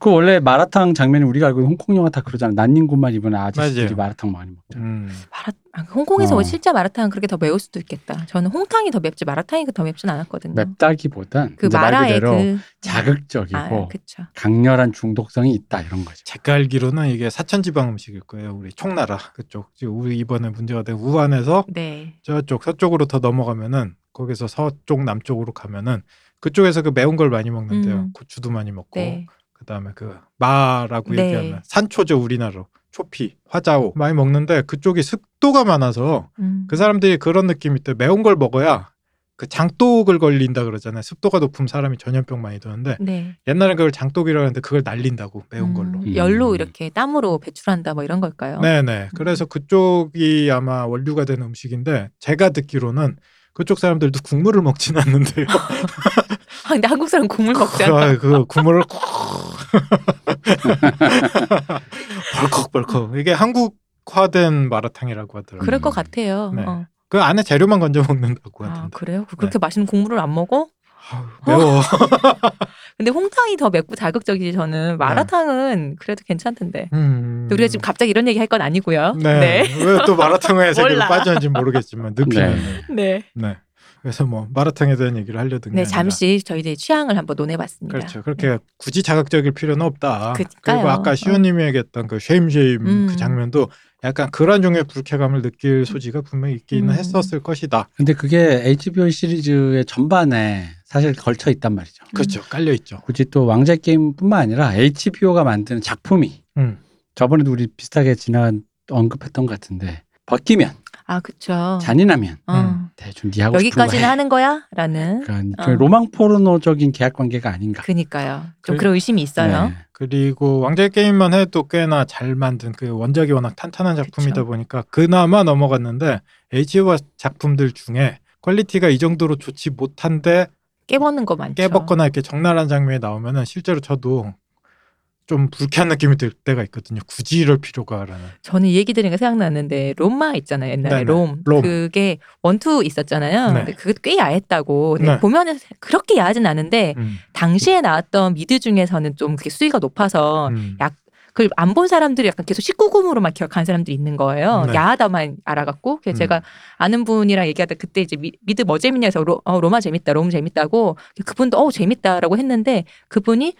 그 원래 마라탕 장면이 우리가 알고 있는 홍콩 영화 다 그러잖아. 난닝구만 입은 아저씨들이 맞아요. 마라탕 많이 먹잖아. 음. 마라 아, 홍콩에서 어. 실제 마라탕 은 그렇게 더 매울 수도 있겠다. 저는 홍탕이 더 맵지 마라탕이 더 맵진 않았거든요. 맵다기보단 음. 그 이제 말 마라의 그대로 그 자극적이고 아, 그쵸. 강렬한 중독성이 있다 이런 거죠. 제가 알기로는 이게 사천지방 음식일 거예요. 우리 총나라 그쪽 지금 우리 이번에 문제가 된 우한에서 네. 저쪽 서쪽으로 더 넘어가면은 거기서 서쪽 남쪽으로 가면은 그쪽에서 그 매운 걸 많이 먹는데요. 음. 고추도 많이 먹고 네. 그다음에 그 마라고 네. 얘기하면 산초죠 우리나라로 초피 화자오 많이 먹는데 그쪽이 습도가 많아서 음. 그 사람들이 그런 느낌이 때 매운 걸 먹어야 그 장독을 걸린다 그러잖아요. 습도가 높으면 사람이 전염병 많이 도는데 네. 옛날에 그걸 장독이라고 하는데 그걸 날린다고 매운 음, 걸로. 음. 열로 이렇게 땀으로 배출한다 뭐 이런 걸까요? 네네. 그래서 그쪽이 아마 원류가 되는 음식인데 제가 듣기로는 그쪽 사람들도 국물을 먹진 않는데요. 아, 근데 한국 사람 국물 먹잖아. 아, 그 국물을 콕 벌컥벌컥. 이게 한국화된 마라탕이라고 하더라고요. 그럴 것 음. 같아요. 네. 어. 그 안에 재료만 건져 먹는다고 아 하던데. 그래요? 그- 그렇게 맛있는 국물을 안 먹어? 아우, 매워. 근데 홍탕이 더 맵고 자극적이지 저는 마라탕은 그래도 괜찮던데. 음. 근데 우리가 지금 갑자기 이런 얘기 할 건 아니고요. 네. 왜 또 마라탕의 세계로 몰라. 빠졌는지 모르겠지만 느끼는. 네. 네. 네. 그래서 뭐 마라탕에 대한 얘기를 하려던 게 네, 아니라 잠시 저희들의 취향을 한번 논해봤습니다. 그렇죠. 그렇게 굳이 자극적일 필요는 없다. 그 네. 그니까요. 어. 리고 아까 시호님이 얘기했던 그 쉐임쉐임 음. 그 장면도 약간 그런 종류의 불쾌감을 느낄 소지가 분명히 있기는 음. 했었을 것이다. 근데 그게 HBO 시리즈의 전반에 사실 걸쳐 있단 말이죠. 그렇죠. 깔려 있죠. 굳이 또 왕좌의 게임뿐만 아니라 HBO가 만드는 작품이 음. 저번에도 우리 비슷하게 지난 언급했던 것 같은데 벗기면 아, 그렇죠. 잔인하면 어. 음. 대충 네 하고 싶은 여기까지는 거해. 하는 거야? 라는. 그러니까 어. 일종의 로망 포르노적인 계약 관계가 아닌가. 그니까요. 그- 좀 그런 의심이 있어요. 네. 그리고 왕자의 게임만 해도 꽤나 잘 만든 그 원작이 워낙 탄탄한 작품이다 그쵸. 보니까 그나마 넘어갔는데 HBO 작품들 중에 퀄리티가 이 정도로 좋지 못한데 깨보는 거 많죠. 깨벗거나 이렇게 적나라한 장면이 나오면은 실제로 저도 좀 불쾌한 느낌이 들 때가 있거든요. 굳이 이럴 필요가라는. 저는 이 얘기 들으니까 생각나는데 로마 있잖아요. 옛날에 네네. 롬. 롬. 그게 원투 있었잖아요. 네. 근데 그게 꽤 야했다고. 근데 네. 보면은 그렇게 야하진 않은데 음, 당시에 나왔던 미드 중에서는 좀 그게 수위가 높아서 음. 약- 그걸 안 본 사람들이 약간 계속 19금으로만 기억하는 사람들이 있는 거예요. 네. 야하다만 알아갖고 그래서 음. 제가 아는 분이랑 얘기하다 그때 이제 미, 미드 뭐 재밌냐해서 로, 어, 로마 재밌다, 롬 재밌다고 그분도 어 재밌다라고 했는데 그분이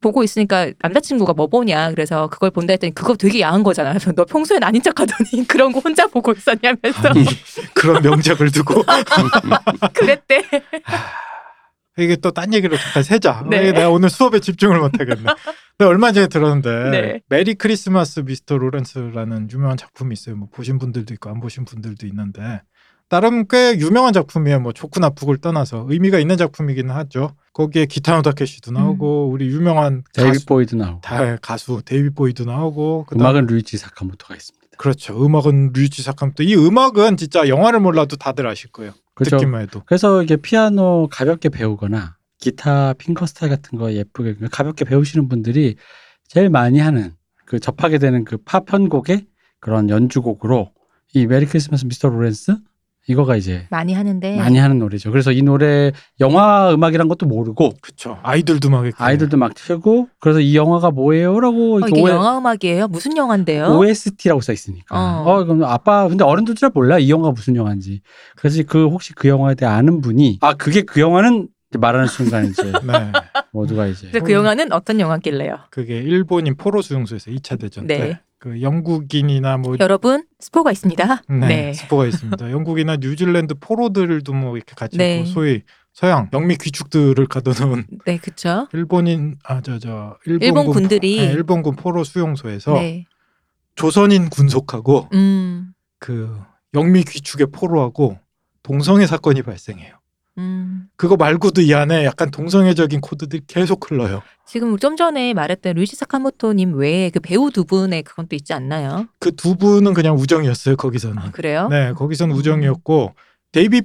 보고 있으니까 남자친구가 뭐 보냐 그래서 그걸 본다 했더니 그거 되게 야한 거잖아. 그래서 너 평소엔 아닌 척하더니 그런 거 혼자 보고 있었냐면서 아니, 그런 명작을 두고 그랬대. 이게 또 딴 얘기로 잠깐 세자. 네. 이게 내가 오늘 수업에 집중을 못하겠네. 내가 얼마 전에 들었는데 네. 메리 크리스마스 미스터 로렌스라는 유명한 작품이 있어요. 뭐 보신 분들도 있고 안 보신 분들도 있는데 나름 꽤 유명한 작품이에요. 뭐 좋고 나쁘고를 떠나서 의미가 있는 작품이기는 하죠. 거기에 기타노 음. 다케시도 나오고 우리 유명한 데이비 가수, 보이드 나오고 다, 가수 데이비 보이도 나오고 그다음- 음악은 루이지 사카모토가 있습니다. 그렇죠. 음악은 류지 사카모토. 이 음악은 진짜 영화를 몰라도 다들 아실 거예요. 그렇죠. 듣기만 해도. 그래서 이게 피아노 가볍게 배우거나 기타 핑거스타일 같은 거 예쁘게 가볍게 배우시는 분들이 제일 많이 하는 그 접하게 되는 그 팝 편곡의 그런 연주곡으로 이 메리 크리스마스 미스터 로렌스 이거가 이제 많이 하는데 많이 하는 노래죠. 그래서 이 노래 영화 음악이란 것도 모르고 네. 그렇죠. 아이들도 막 이렇게 아이들도 막 틀고 그래서 이 영화가 뭐예요라고 어, 이게 영화 음악이에요? 무슨 영화인데요? OST라고 써 있으니까. 어. 어. 그럼 아빠 근데 어른들 잘 몰라 이 영화 무슨 영화인지. 그래서 그 혹시 그 영화에 대해 아는 분이 아 그게 그 영화는 이제 말하는 순간 이제 네. 모두가 이제 근데 그 영화는 어떤 영화길래요? 그게 일본인 포로 수용소에서 2차 대전 네. 때 그 영국인이나 뭐 여러분 스포가 있습니다. 네, 네. 스포가 있습니다. 영국이나 뉴질랜드 포로들도 뭐 이렇게 같이 네. 있고 소위 서양 영미 귀축들을 가둬놓은 네, 그쵸. 일본인 아 저 저 일본군, 일본 군들이- 포, 네, 일본군 포로 수용소에서 네. 조선인 군속하고 음. 그 영미 귀축의 포로하고 동성애 사건이 발생해요. 음. 그거 말고도 이 안에 약간 동성애적인 코드들이 계속 흘러요. 지금 우리 좀 전에 말했던 루이시 사카모토님 외에 그 배우 두 분의 그건 또 있지 않나요? 그 두 분은 그냥 우정이었어요 거기서는. 아, 그래요? 네, 거기선 우정이었고 데이비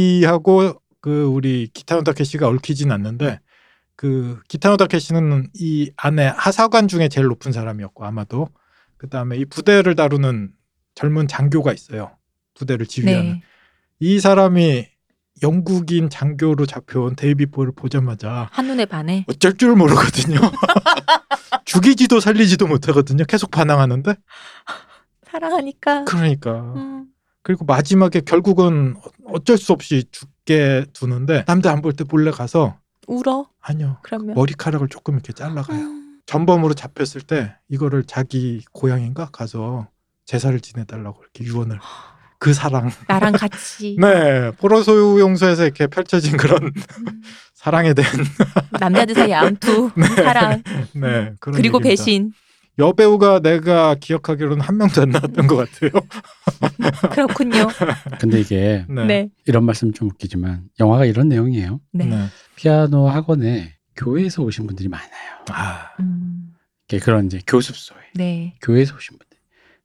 보이하고 그 우리 기타노 다케시가 얽히진 않는데 그 기타노 다케시는 이 안에 하사관 중에 제일 높은 사람이었고 아마도 그 다음에 이 부대를 다루는 젊은 장교가 있어요. 부대를 지휘하는 네. 이 사람이 영국인 장교로 잡혀온 데이비 보이를 보자마자 한눈에 반해. 어쩔 줄 모르거든요. 죽이지도 살리지도 못하거든요. 계속 반항하는데 사랑하니까. 그러니까 음. 그리고 마지막에 결국은 어쩔 수 없이 죽게 두는데 남들 안 볼 때 몰래 가서 울어. 아니요 그러면. 머리카락을 조금 이렇게 잘라가요 음. 전범으로 잡혔을 때 이거를 자기 고향인가 가서 제사를 지내달라고 이렇게 유언을 그 사랑 나랑 같이. 네 포로 소유용소에서 이렇게 펼쳐진 그런 음. 사랑에 대한 남자들 사이 암투, 사랑, 네 그런 그리고 얘기입니다. 배신. 여배우가 내가 기억하기로는 한 명도 안 나왔던 것 같아요 그렇군요. 근데 이게 네. 이런 말씀 좀 웃기지만 영화가 이런 내용이에요. 네. 피아노 학원에 교회에서 오신 분들이 많아요. 아, 음. 이게 그런 이제 교습소에 네. 교회에서 오신 분들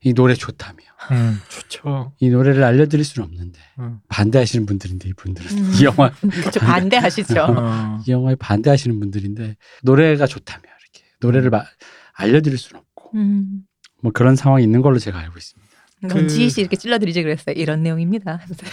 이 노래 좋다며 음, 좋죠 이 노래를 알려드릴 수는 없는데 음. 반대하시는 분들인데 이분들은 음. 이 영화 그쵸, 반대하시죠. 어. 이 영화에 반대하시는 분들인데 노래가 좋다며 이렇게 노래를 마- 알려드릴 수는 없고 음. 뭐 그런 상황이 있는 걸로 제가 알고 있습니다. 넌지시 이렇게 찔러드리지 그랬어요. 이런 내용입니다. 하면서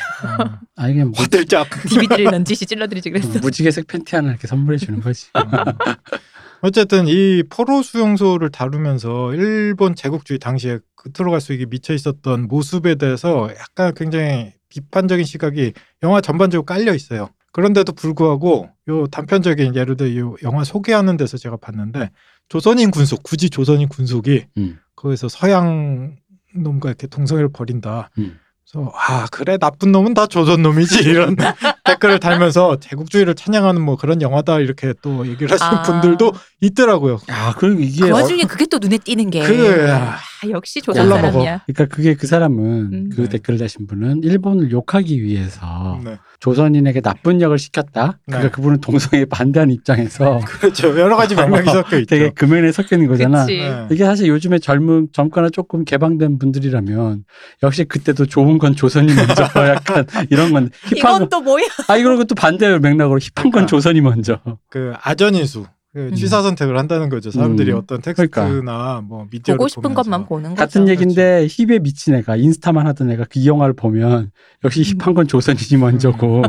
어. 아 네. 이게 뭐 화들짝. DVD를 넌지시 찔러드리지 그랬어요. 무지개색 팬티 하나 이렇게 선물해 주는 거지. 어쨌든 이 포로 수용소를 다루면서 일본 제국주의 당시에 끝으로 갈수 이게 미쳐 있었던 모습에 대해서 약간 굉장히 비판적인 시각이 영화 전반적으로 깔려 있어요. 그런데도 불구하고 요 단편적인 예를 들어 요 영화 소개하는 데서 제가 봤는데 조선인 군속 굳이 조선인 군속이 음. 거기서 서양 놈과 이렇게 동성애를 벌인다. 음. 그래서 아 그래 나쁜 놈은 다 조선 놈이지 이런 댓글을 달면서 제국주의를 찬양하는 뭐 그런 영화다 이렇게 또 얘기를 하시는 아. 분들도 있더라고요. 야, 그럼 이게 그 어- 와중에 그게 또 눈에 띄는 게 예. 그- 아, 역시 조선 골라 먹어. 사람이야. 그러니까 그게 그 사람은 음. 그 네. 댓글을 다신 분은 일본을 욕하기 위해서 네. 조선인에게 나쁜 역을 시켰다. 그러니까 네. 그분은 동성애에 반대하는 입장에서 그렇죠. 여러 가지 맥락이 섞여 있죠. 되게 금연에 섞여 있는 거잖아. 그치. 네. 이게 사실 요즘에 젊은 젊거나 조금 개방된 분들이라면 역시 그때도 좋은 건 조선이 먼저 약간 이런 건 힙한 이건 또 뭐야? 아 이런 것도 반대 맥락으로 힙한 건 그러니까. 조선이 먼저 그 아전인수 그 음. 취사 선택을 한다는 거죠. 사람들이 음. 어떤 텍스트나 뭐 미디어를 보고 싶은 보면서. 것만 보는 거죠. 그렇죠. 같은 얘기인데 힙에 미친 애가 인스타만 하던 애가 그 영화를 보면 역시 음. 힙한 건 조선인이 먼저고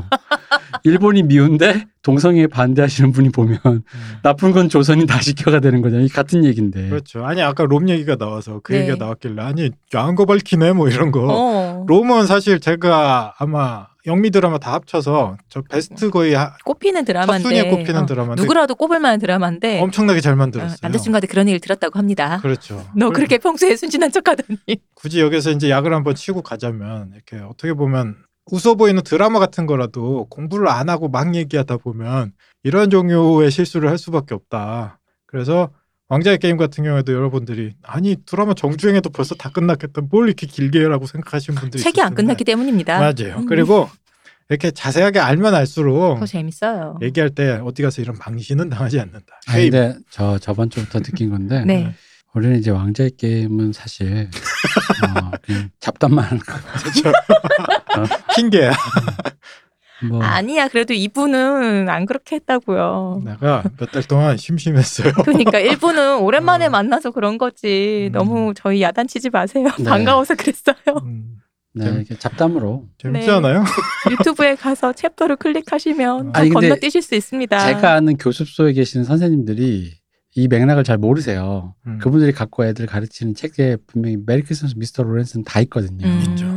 일본이 미운데 동성애에 반대하시는 분이 보면 음. 나쁜 건 조선이 다 시켜가 되는 거냐 이 같은 얘기인데 그렇죠. 아니 아까 롬 얘기가 나와서 그 네. 얘기가 나왔길래 아니 야한 거 밝히네 뭐 이런 거. 어. 롬은 사실 제가 아마 영미 드라마 다 합쳐서 저 베스트 거의 하- 꼽히는 드라마인데 첫순위에 꼽히는 어, 드라마인데 누구라도 꼽을 만한 드라마인데 엄청나게 잘 만들었어요. 어, 남자친구한테 그런 얘기를 들었다고 합니다. 그렇죠. 너 그렇게 평소에 순진한 척하더니 굳이 여기서 이제 약을 한번 치고 가자면 이렇게 어떻게 보면 웃어 보이는 드라마 같은 거라도 공부를 안 하고 막 얘기하다 보면 이런 종류의 실수를 할 수밖에 없다. 그래서 왕자의 게임 같은 경우에도 여러분들이 아니 드라마 정주행에도 벌써 다 끝났겠다. 뭘 이렇게 길게라고 생각하시는 분들이 책이 안 있을 텐데. 끝났기 때문이다. 맞아요. 음. 그리고 이렇게 자세하게 알면 알수록 더 재밌어요. 얘기할 때 어디 가서 이런 망신은 당하지 않는다. 아 근데 저 저번 주부터 느낀 건데 네. 원래는 이제 왕자의 게임은 사실 어, 그냥 잡담만 하는 거. 그렇죠. 어. 핑계야. 어. 뭐 아니야. 그래도 이분은 안 그렇게 했다고요. 내가 몇 달 동안 심심했어요. 그러니까 일부는 오랜만에 어. 만나서 그런 거지. 음. 너무 저희 야단치지 마세요. 네. 반가워서 그랬어요. 음, 네, 이렇게 잡담으로 재밌지 네. 않아요? 유튜브에 가서 챕터를 클릭하시면 다 아니, 근데 건너뛰실 수 있습니다. 제가 아는 교습소에 계시는 선생님들이 이 맥락을 잘 모르세요. 음. 그분들이 갖고 애들 가르치는 책에 분명히 메리 크리스마스 미스터 로렌스는 다 있거든요. 음. 있죠.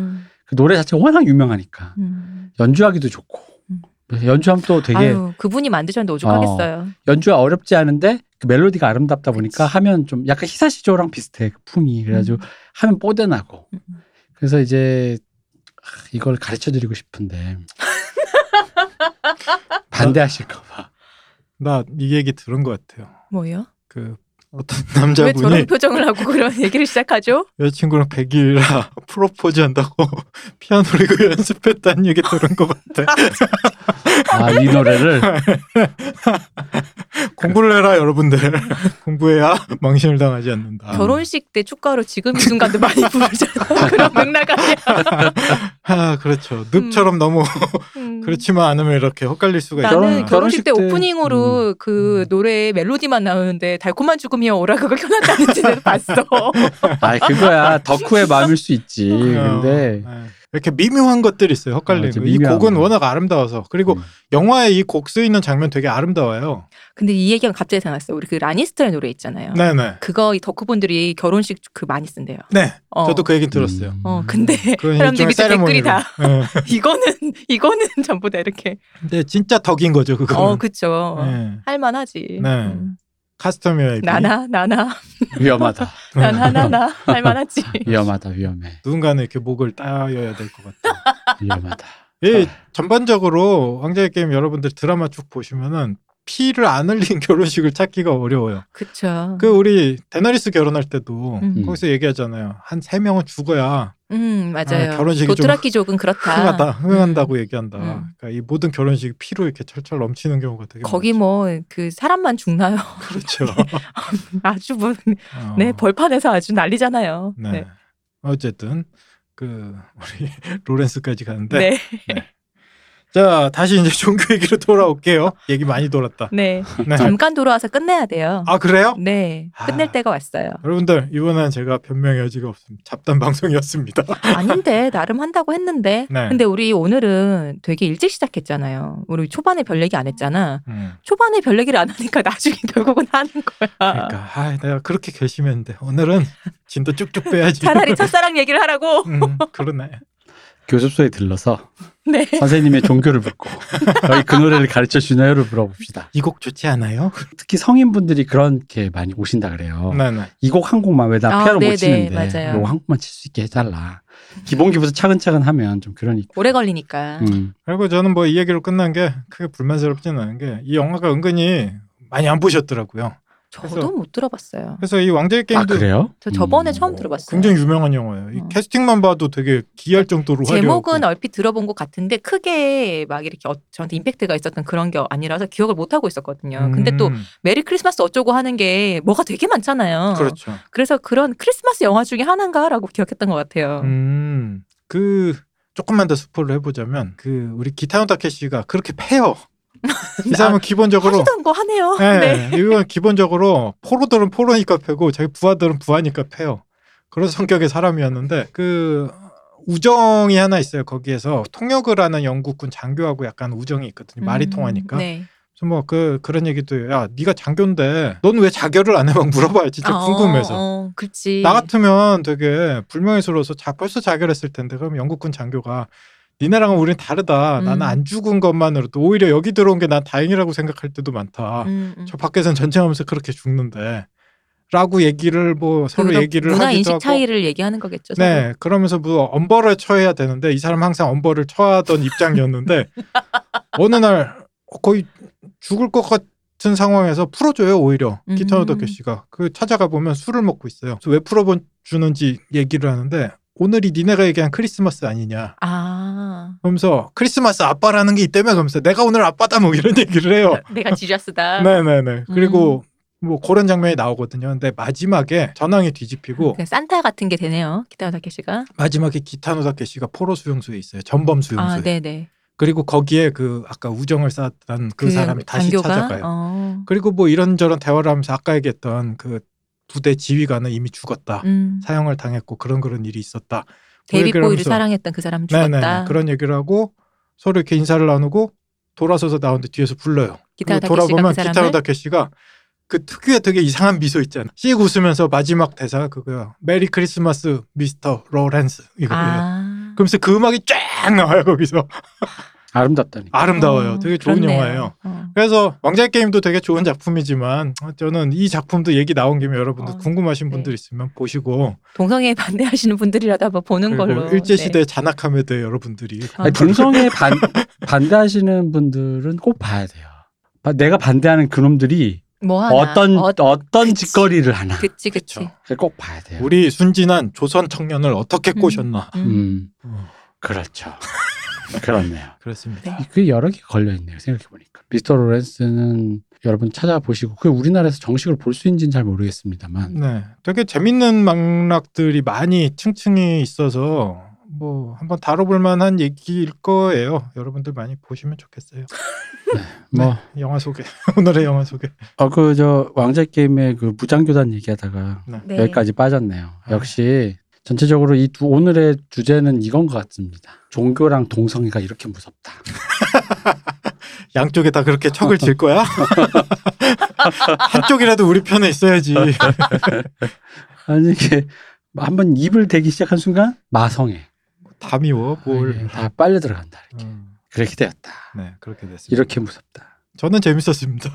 그 노래 자체가 워낙 유명하니까 음. 연주하기도 좋고 음. 연주하면 또 되게 아유, 그분이 만드셨는데 오죽하겠어요. 연주가 어렵지 않은데 그 멜로디가 아름답다 보니까 그치. 하면 좀 약간 희사시조랑 비슷해 그 풍이 그래가지고 하면 뽀대나고 음. 그래서 이제 아, 이걸 가르쳐드리고 싶은데 반대하실까봐 나 이 얘기 들은 것 같아요. 뭐요? 그 어떤 왜 남자분이 저런 표정을 하고 그런 얘기를 시작하죠? 여자친구랑 100일이라 프로포즈한다고 피아노를 이거 연습했다는 얘기 들은 것 같아. 아이 노래를 공부를 해라 여러분들. 공부해야 망신을 당하지 않는다. 결혼식 때 축가로 지금 이 순간도 많이 부르잖아. 그런 맥락 아니야. 아 그렇죠. 늪처럼 너무 음. 그렇지만 않으면 이렇게 헛갈릴 수가 있다. 나는 그 결혼- 결혼식 때 결혼식 때- 오프닝으로 그 음. 노래의 멜로디만 나오는데 달콤한 죽음이여 오라 그거 켜놨다는지 내가 봤어. 아 그거야 덕후의 마음일 수 있지 어. 근데 네. 이렇게 미묘한 것들이 있어요. 아, 헷갈리는 이제 거. 이 미묘한 곡은 거. 워낙 아름다워서 그리고 음. 영화에 이 곡 쓰이는 장면 되게 아름다워요. 근데 이 얘기가 갑자기 생각났어. 우리 그 라니스터의 노래 있잖아요. 네네. 그거 이 덕후분들이 결혼식 그 많이 쓴대요. 네. 어. 저도 그 얘기 들었어요. 음. 어 근데 네. 그건 사람들이 일종의 그때 댓글이 세레모니로. 다 예. 이거는 이거는 전부 다 이렇게 근데 진짜 덕인 거죠 그거. 어 그쵸 네. 할만하지 네. 음. 카스텀웨어 입이. 나나 나나 위험하다 네. 나나 나나 할만하지 예. 위험하다 위험해 누군가는 이렇게 목을 따여야 될 것 같아. 위험하다 이 자, 전반적으로 왕자의 게임 여러분들 드라마 쭉 보시면은 피를 안 흘린 결혼식을 찾기가 어려워요. 그쵸 그 우리 데나리스 결혼할 때도 음. 거기서 얘기하잖아요. 한 세 명은 죽어야 음 맞아요 아, 결혼식이 좀 도트라키족은 그렇다 흥하다, 흥한다고 얘기한다. 아. 음. 그러니까 이 모든 결혼식이 피로 이렇게 철철 넘치는 경우가 되게 거기 뭐 그 사람만 죽나요 많죠. 그렇죠. 아주 뭐, 어. 네 벌판에서 아주 난리잖아요 네. 네. 어쨌든 그 우리 로렌스까지 가는데 네. 자, 다시 이제 종교 얘기로 돌아올게요. 얘기 많이 돌았다. 네. 네. 잠깐 돌아와서 끝내야 돼요. 아, 그래요? 네. 끝낼 때가 왔어요. 여러분들, 이번엔 제가 변명 여지가 없습니다. 잡단 방송이었습니다. 아닌데 나름 한다고 했는데. 네. 근데 우리 오늘은 되게 일찍 시작했잖아요. 우리 초반에 별 얘기 안 했잖아. 음. 초반에 별 얘기를 안 하니까 나중에 결국은 하는 거야. 그러니까 아, 내가 그렇게 결심했는데 오늘은 진도 쭉쭉 빼야지. 차라리 첫사랑 얘기를 하라고. 음, 그러네. 교습소에 들러서 네. 선생님의 종교를 묻고 저희 그 노래를 가르쳐 주나요를 물어봅시다. 이 곡 좋지 않아요? 특히 성인분들이 그렇게 많이 오신다 그래요. 네네. 이 곡 한 곡만 왜 나 아, 피아노 네네, 못 치는데 맞아요. 이거 한 곡만 칠 수 있게 해달라. 기본기부터 차근차근 하면 좀 그러니까. 오래 걸리니까. 음. 그리고 저는 뭐 이 얘기로 끝난 게 크게 불만스럽지는 않은 게 이 영화가 은근히 많이 안 보셨더라고요. 저도 그래서- 못 들어봤어요. 그래서 이 왕자의 아 게임도 그래요? 저 저번에 음. 처음 들어봤어요. 굉장히 유명한 영화예요. 이 어. 캐스팅만 봐도 되게 기이할 정도로 화려하고. 제목은 얼핏 들어본 것 같은데 크게 막 이렇게 어- 저한테 임팩트가 있었던 그런 게 아니라서 기억을 못 하고 있었거든요. 근데 또 음, 메리 크리스마스 어쩌고 하는 게 뭐가 되게 많잖아요. 그렇죠. 래서 그런 크리스마스 영화 중에 하나인가라고 기억했던 것 같아요. 음, 그 조금만 더 스포를 해보자면 그 우리 기타노 다케시가 그렇게 패요. 이 아, 사람은 기본적으로 하시던 거 하네요. 네. 네. 이건 기본적으로 포로들은 포로니까 패고 자기 부하들은 부하니까 패요. 그런 성격의 사람이었는데 그 우정이 하나 있어요. 거기에서 통역을 하는 영국군 장교하고 약간 우정이 있거든요. 말이 음, 통하니까. 네. 그래서 뭐 그 그런 얘기도 야 네가 장교인데 넌 왜 자결을 안 해봐 물어봐야지. 좀 어, 궁금해서. 어, 그렇지. 나 같으면 되게 불명예스러워서 자, 벌써 자결했을 텐데 그럼 영국군 장교가 니네랑은 우린 다르다. 음. 나는 안 죽은 것만으로도 오히려 여기 들어온 게 난 다행이라고 생각할 때도 많다. 음, 음. 저 밖에선 전쟁하면서 그렇게 죽는데 라고 얘기를 뭐 서로 그러니까 얘기를 문화 하기도 인식 하고 차이를 얘기하는 거겠죠. 서로. 네 그러면서 뭐 엄벌을 처해야 되는데 이 사람 항상 엄벌을 처하던 입장이었는데 어느 날 거의 죽을 것 같은 상황에서 풀어줘요 오히려 음. 기타노 도케 씨가 그 찾아가 보면 술을 먹고 있어요 그래서 왜 풀어주는지 얘기를 하는데 오늘이 니네가 얘기한 크리스마스 아니냐 아, 그러면서 크리스마스 아빠라는 게 있다며 그러면서 내가 오늘 아빠다 뭐 이런 얘기를 해요 내가 지저스다. 네네네. 그리고 음. 뭐 그런 장면이 나오거든요. 근데 마지막에 전황이 뒤집히고 그냥 산타 같은 게 되네요. 기타노 다케시가. 마지막에 기타노다케 씨가 포로 수용소에 있어요. 전범 수용소에. 아, 네, 네. 그리고 거기에 그 아까 우정을 쌓았던 그, 사람이 다시 장교가? 찾아가요. 어. 그리고 뭐 이런저런 대화를 하면서 아까 얘기했던 그 부대 지휘관은 이미 죽었다. 음. 사형을 당했고 그런 그런 일이 있었다. 데이빗 얘기를 보이를 하면서- 사랑했던 그 사람 죽었다. 네네. 그런 얘기를 하고 서로 이렇게 인사를 나누고 돌아서서 나오는데 뒤에서 불러요. 기타 다케시가 그리고 그뭐 돌아보면 사람을 기타노 다케시가 그 특유의 되게 이상한 미소 있잖아. 씩 웃으면서 마지막 대사가 그거야. 메리 크리스마스 미스터 로렌스 이거예요. 아. 그러면서 그 음악이 쫙 나와요 거기서 아름답다니까. 아름다워요. 어, 되게 좋은 그렇네요. 영화예요. 어. 그래서 왕자의 게임도 되게 좋은 작품이지만 어, 저는 이 작품도 얘기 나온 김에 여러분들 어, 궁금하신 네. 분들 있으면 보시고 동성애에 반대하시는 분들이라도 한번 보는 걸로. 네. 그리고 일제 시대 의 잔악함에 대해 여러분들이 아. 아니, 동성애 반, 반대하시는 분들은 꼭 봐야 돼요. 바- 내가 반대하는 그놈들이 네. 뭐 하나. 어떤 어, 어, 떤 그치. 짓거리를 하나 그치 그치. 그쵸. 꼭 봐야 돼요. 우리 순진한 조선 청년을 어떻게 음. 꼬셨나 음. 음 어, 그렇죠. 그렇네요. 그렇습니다. 네. 그 여러 개 걸려 있네요. 생각해 보니까 미스터 로렌스는 여러분 찾아보시고 그 우리나라에서 정식으로 볼 수 있는지는 잘 모르겠습니다만 네, 되게 재밌는 맥락들이 많이 층층이 있어서 뭐 한번 다뤄볼 만한 얘기일 거예요. 여러분들 많이 보시면 좋겠어요. 네. 네, 영화 소개 오늘의 영화 소개. 뭐 어 그 저 왕자 게임의 그 무장교단 얘기하다가 네. 여기까지 빠졌네요. 아. 역시 전체적으로 이 두- 오늘의 주제는 이건 것 같습니다. 종교랑 동성애가 이렇게 무섭다. 양쪽에 다 그렇게 척을 질 거야? 한쪽이라도 우리 편에 있어야지. 아니 이게 뭐 한번 입을 대기 시작한 순간 마성애 다 미워 뭘. 예, 다 빨려 들어간다. 음, 그렇게 되었다. 네, 그렇게 됐습니다. 아, 예. 이렇게 무섭다. 저는 재밌었습니다.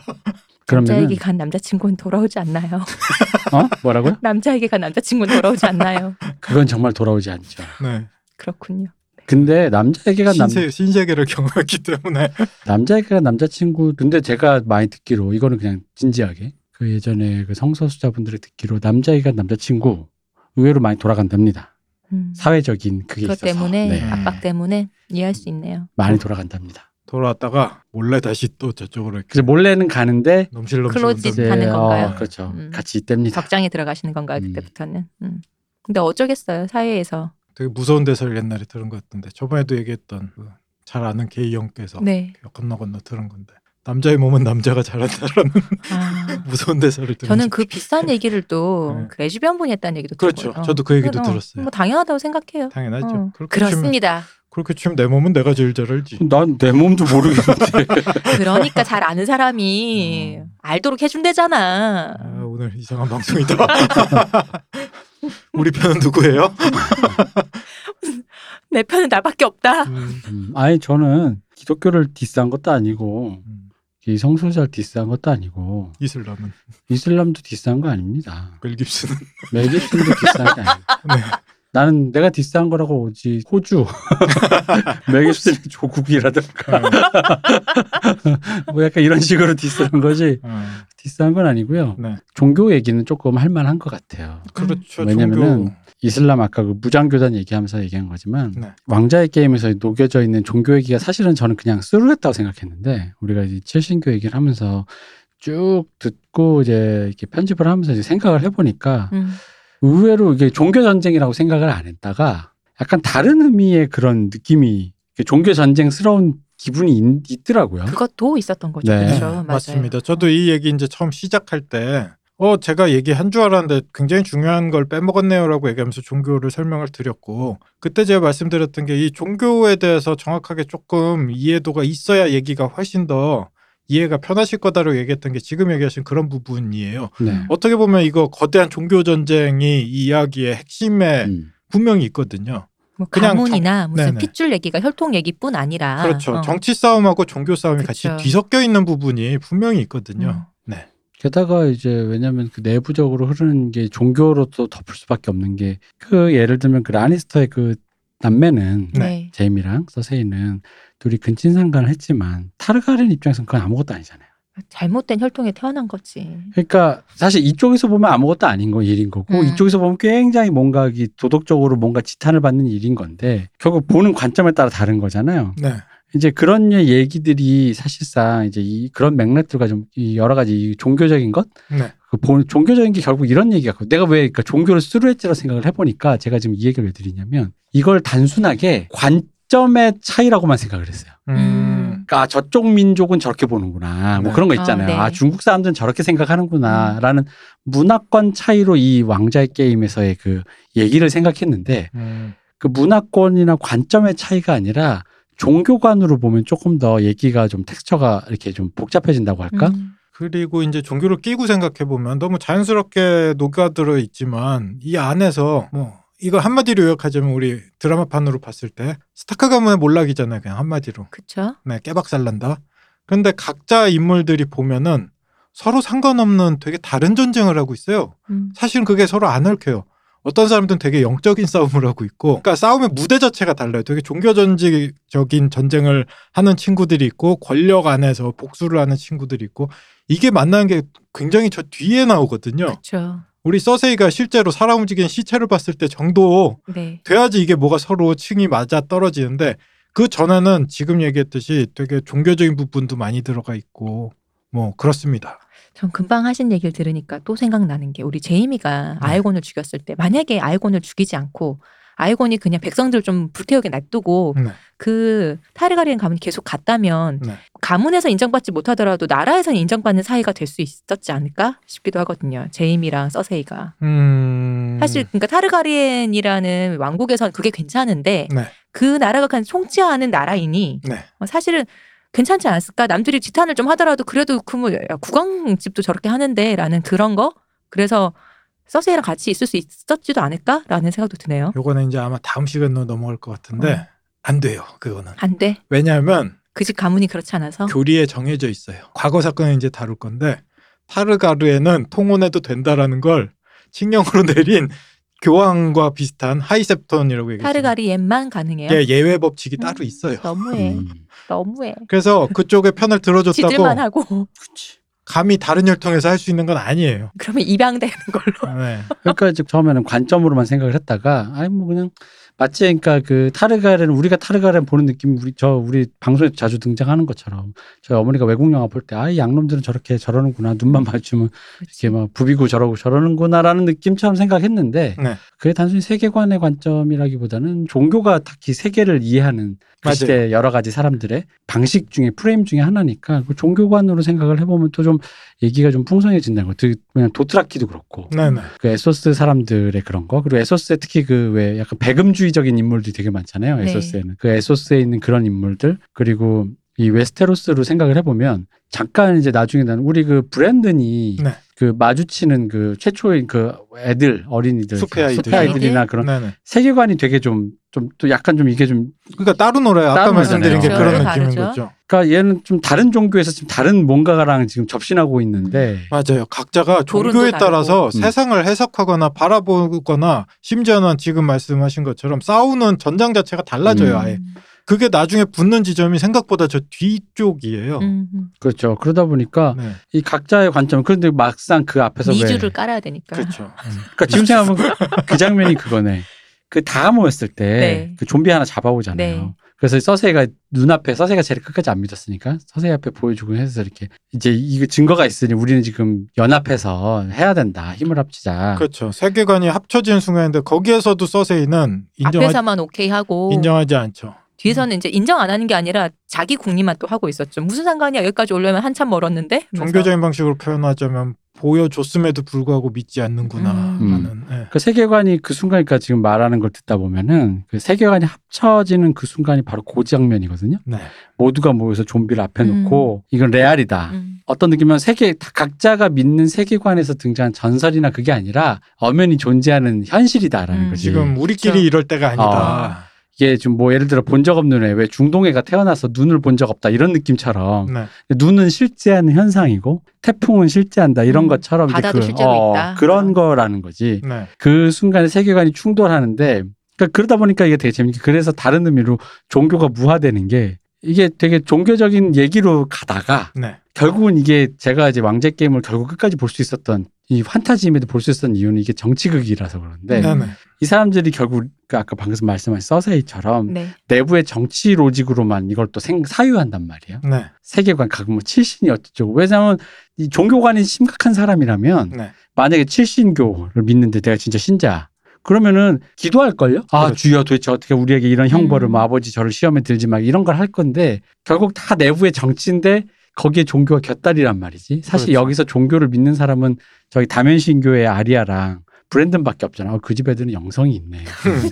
그러면 남자에게 간 남자친구는 돌아오지 않나요? 어 뭐라고요? 남자에게 간 남자친구는 돌아오지 않나요? 그건 정말 돌아오지 않죠. 네, 그렇군요. 근데 남자에게가 남, 신세, 신세계를 경험했기 때문에 남자에게가 남자친구 근데 제가 많이 듣기로 이거는 그냥 진지하게 그 예전에 그 성소수자분들이 듣기로 남자애가 남자친구 의외로 많이 돌아간답니다. 음. 사회적인 그게 그것 있어서 때문에 네, 압박 때문에 이해할 수 있네요. 많이 돌아간답니다. 돌아왔다가 몰래 다시 또 저쪽으로 이렇게 그래서 몰래는 가는데 넘실넘실 클로짓 온다고. 이제 가는 건가요? 어, 그렇죠. 음. 같이 있답니다. 적장에 들어가시는 건가요 음. 그때부터는? 음. 근데 어쩌겠어요 사회에서. 되게 무서운 대사를 옛날에 들은 것 같은데 저번에도 얘기했던 그 잘 아는 게이 형께서 네. 건너 건너 들은 건데 남자의 몸은 남자가 잘한다라는 아, 무서운 대사를 들은 저는 적이- 그 비싼 얘기를 또 그렇죠. 네. 그 레즈비언 분이 했다는 얘기도 그렇죠. 들었고요. 저도 그 얘기도 어, 들었어요. 뭐 당연하다고 생각해요. 당연하죠. 어. 그렇게 치면 그렇습니다. 그렇게 치면 내 몸은 내가 제일 잘 알지. 난 내 몸도 모르겠는데. 그러니까 잘 아는 사람이 음. 알도록 해준대잖아. 아, 오늘 이상한 방송이다. 우리 편은 누구예요? 내 편은 나밖에 없다. 음, 음, 아니 저는 기독교를 디스한 것도 아니고 음, 이 성소자를 디스한 것도 아니고 이슬람은 이슬람도 디스한 거 아닙니다. 멜 깁슨은 메기슨도 디스한 게 아니고. 네. 나는 내가 디스한 거라고 오지 호주 메기슨의 음. 조국이라든가 어, 뭐 약간 이런 식으로 디스한 거지 어, 디스한 건 아니고요. 네. 종교 얘기는 조금 할 만한 것 같아요. 그렇죠. 왜냐면은 종교 이슬람 아까 그 무장교단 얘기하면서 얘기한 거지만 네. 왕자의 게임에서 녹여져 있는 종교 얘기가 사실은 저는 그냥 쓰루했다고 생각했는데 우리가 이제 칠신교 얘기를 하면서 쭉 듣고 이제 이렇게 편집을 하면서 이제 생각을 해보니까 음. 의외로 이게 종교 전쟁이라고 생각을 안 했다가 약간 다른 의미의 그런 느낌이 종교 전쟁스러운 기분이 있, 있더라고요. 그러니까? 그것도 있었던 거죠. 네. 그렇죠. 맞아요. 맞습니다. 저도 이 얘기 이제 처음 시작할 때, 어, 제가 얘기한 줄 알았는데 굉장히 중요한 걸 빼먹었네요라고 얘기하면서 종교를 설명을 드렸고, 그때 제가 말씀드렸던 게 이 종교에 대해서 정확하게 조금 이해도가 있어야 얘기가 훨씬 더 이해가 편하실 거다라고 얘기했던 게 지금 얘기하신 그런 부분이에요. 네. 어떻게 보면 이거 거대한 종교 전쟁이 이 이야기의 핵심에 음. 분명히 있거든요. 뭐 그냥 가문이나 무슨 네네. 핏줄 얘기가 혈통 얘기뿐 아니라 그렇죠. 어. 정치 싸움하고 종교 싸움이 그쵸. 같이 뒤섞여 있는 부분이 분명히 있거든요. 음. 네. 게다가 이제 왜냐하면 그 내부적으로 흐르는 게 종교로 또 덮을 수밖에 없는 게 그 예를 들면 그 라니스터의 그 남매는 네. 네. 제임이랑 서세이는 둘이 근친상간을 했지만 타르가렌 입장에서는 그건 아무것도 아니잖아요. 잘못된 혈통에 태어난 거지. 그러니까 사실 이쪽에서 보면 아무것도 아닌 거 일인 거고 음. 이쪽에서 보면 굉장히 뭔가 이 도덕적으로 뭔가 지탄을 받는 일인 건데 결국 보는 관점에 따라 다른 거잖아요. 음. 네. 이제 그런 얘기들이 사실상 이제 이 그런 맥락들과 좀이 여러 가지 이 종교적인 것 네. 그 본- 종교적인 게 결국 이런 얘기가 내가 왜 그러니까 종교를 쓰루했지라 생각을 해보니까 제가 지금 이 얘기를 왜 드리냐면 이걸 단순하게 관점의 차이라고만 생각을 했어요. 음. 그러니까 아, 저쪽 민족은 저렇게 보는구나 뭐 네. 그런 거 아, 있잖아요. 아, 네. 음. 중국 사람들은 저렇게 생각하는구나라는 문화권 차이로 이 왕자의 게임에서의 그 얘기를 생각했는데 음. 그 문화권이나 관점의 차이가 아니라 종교관으로 보면 조금 더 얘기가 좀 텍스처가 이렇게 좀 복잡해진다고 할까? 음. 그리고 이제 종교를 끼고 생각해 보면 너무 자연스럽게 녹아들어 있지만 이 안에서 뭐 이거 한마디로 요약하자면 우리 드라마판으로 봤을 때 스타크 가문의 몰락이잖아요. 그냥 한마디로. 그렇죠. 네, 깨박살난다. 그런데 각자 인물들이 보면은 서로 상관없는 되게 다른 전쟁을 하고 있어요. 음. 사실은 그게 서로 안 얽혀요. 어떤 사람들은 되게 영적인 싸움을 하고 있고, 그러니까 싸움의 무대 자체가 달라요. 되게 종교전적인 전쟁을 하는 친구들이 있고, 권력 안에서 복수를 하는 친구들이 있고, 이게 만나는 게 굉장히 저 뒤에 나오거든요. 그렇죠. 우리 서세이가 실제로 살아 움직이는 시체를 봤을 때 정도 네. 돼야지 이게 뭐가 서로 층이 맞아 떨어지는데, 그 전에는 지금 얘기했듯이 되게 종교적인 부분도 많이 들어가 있고, 뭐 그렇습니다. 전 금방 하신 얘기를 들으니까 또 생각나는 게 우리 네. 제이미가 아이곤을 죽였을 때 만약에 아이곤을 죽이지 않고 아이곤이 그냥 백성들 좀 불태우게 놔두고 네. 그 타르가리엔 가문이 계속 갔다면 네. 가문에서 인정받지 못하더라도 나라에서는 인정받는 사이가 될 수 있었지 않을까 싶기도 하거든요. 제이미랑 서세이가. 음... 사실 그러니까 타르가리엔이라는 왕국에선 그게 괜찮은데 네. 그 나라가 그냥 통치하는 나라이니 네. 어, 사실은 괜찮지 않았을까? 남들이 지탄을 좀 하더라도 그래도 그뭐 국왕집도 저렇게 하는데라는 그런 거 그래서 서세이랑 같이 있을 수 있었지도 않을까라는 생각도 드네요. 요거는 이제 아마 다음 시간으로 넘어갈 것 같은데 어. 안 돼요 그거는 안 돼. 왜냐하면 그 집 가문이 그렇지 않아서. 교리에 정해져 있어요 과거 사건은 이제 다룰 건데 타르가르에는 통혼해도 된다라는 걸 칙령으로 내린 교황과 비슷한 하이셉톤이라고 얘기했죠 타르가리엔만 가능해요. 예, 예외 법칙이 음. 따로 있어요 너무해. 음. 너무해. 그래서 그쪽의 편을 들어줬다고 지들만 하고 감히 다른 혈통에서 할 수 있는 건 아니에요 그러면 입양되는 걸로. 네. 그러니까 이제 처음에는 관점으로만 생각을 했다가 아니 뭐 그냥 마치 그러니까 그 타르가렌 우리가 타르가렌 보는 느낌 우리 저 우리 방송에 자주 등장하는 것처럼 저희 어머니가 외국 영화 볼 때 아 이 양놈들은 저렇게 저러는구나 눈만 맞추면 이렇게 막 부비고 저러고 저러는구나라는 느낌처럼 생각했는데 네. 그게 단순히 세계관의 관점이라기보다는 종교가 특히 세계를 이해하는 그 맞아요. 시대 여러 가지 사람들의 방식 중에 프레임 중에 하나니까 그 종교관으로 생각을 해보면 또 좀 얘기가 좀 풍성해진다는 거. 그 그냥 도트라키도 그렇고 네네. 그 에소스 사람들의 그런 거 그리고 에소스에 특히 그 왜 약간 배금주의적인 인물들이 되게 많잖아요 네. 에소스에는 그 에소스에 있는 그런 인물들 그리고 이 웨스테로스로 생각을 해보면 잠깐 이제 나중에 나는 우리 그 브랜든이 네. 그 마주치는 그 최초인 그 애들 어린이들 숲의 아이들. 이나 그런 네네. 세계관이 되게 좀 좀 또 약간 좀 이게 좀 그러니까 따로 놀아요. 아까 따로 말씀드린 게 놀잖아요. 그런 그렇죠. 느낌인 다르죠. 거죠. 그러니까 얘는 좀 다른 종교에서 지금 다른 뭔가랑 지금 접신하고 네. 있는데 맞아요. 각자가 뭐 조론도 종교에 다르고. 따라서 음. 세상을 해석하거나 바라보거나 심지어는 지금 말씀하신 것처럼 싸우는 전장 자체가 달라져요. 음. 네, 아예. 그게 나중에 붙는 지점이 생각보다 저 뒤쪽이에요. 음, 음. 그렇죠 그러다 보니까 네. 이 각자의 관점 그런데 막상 그 앞에서 왜 미주를 깔아야 되니까. 그렇죠. 그러니까 지금 생각하면 그- 그 장면이 그거네. 그 다 모였을 때 네. 그 좀비 하나 잡아오잖아요. 네. 그래서 서세가 눈앞에 서세가 제일 끝까지 안 믿었으니까 서세 앞에 보여주고 해서 이렇게 이제 이거 증거가 있으니 우리는 지금 연합해서 해야 된다. 힘을 합치자. 그렇죠. 세계관이 합쳐진 순간인데 거기에서도 서세이는 인정하, 앞에서만 뭐 오케이 하고 인정하지 않죠. 뒤에서는 이제 인정 안 하는 게 아니라 자기 국리만 또 하고 있었죠. 무슨 상관이야 여기까지 오려면 한참 멀었는데. 그래서 종교적인 방식으로 표현하자면 보여줬음에도 불구하고 믿지 않는구나 음. 하는 예. 그 세계관이 그 순간이니까 지금 말하는 걸 듣다 보면은 그 세계관이 합쳐지는 그 순간이 바로 그 장면이거든요. 네. 모두가 모여서 좀비를 앞에 놓고 이건 레알이다. 음. 어떤 느낌이면 세계 다 각자가 믿는 세계관에서 등장한 전설이나 그게 아니라 엄연히 존재하는 현실이다라는 음. 거지. 지금 우리끼리 그렇죠. 이럴 때가 아니다. 이게 좀 뭐 예를 들어 본 적 없는 애 왜 중동애가 태어나서 눈을 본 적 없다 이런 느낌처럼 네. 눈은 실제하는 현상이고 태풍은 실제한다 이런 음, 것처럼 이제 그 어, 바다도 실제로 있다. 음. 그런 거라는 거지. 네. 그 순간에 세계관이 충돌하는데 그러니까 그러다 보니까 이게 되게 재밌게 그래서 다른 의미로 종교가 무화되는 게 이게 되게 종교적인 얘기로 가다가 네. 결국은 이게 제가 이제 왕제 게임을 결국 끝까지 볼 수 있었던 이 판타지임에도 볼 수 있었던 이유는 이게 정치극이라서 그런데 네. 네. 이 사람들이 결국 그 아까 방금 말씀하신 서세이처럼 네. 내부의 정치 로직으로만 이걸 또 생, 사유한단 말이에요. 네. 세계관 각은 뭐 칠신이 어쩌고 왜냐하면 이 종교관이 심각한 사람이라면 네. 만약에 칠신교를 믿는데 내가 진짜 신자 그러면은 기도할 걸요. 아 그렇죠. 주여 도대체 어떻게 우리에게 이런 형벌을 음. 뭐 아버지 저를 시험에 들지 막 이런 걸 할 건데 결국 다 내부의 정치인데 거기에 종교가 곁다리란 말이지. 사실 그렇죠. 여기서 종교를 믿는 사람은 저기 다면신교의 아리아랑 브랜든밖에 없잖아. 어, 그 집 애들은 영성이 있네. 음.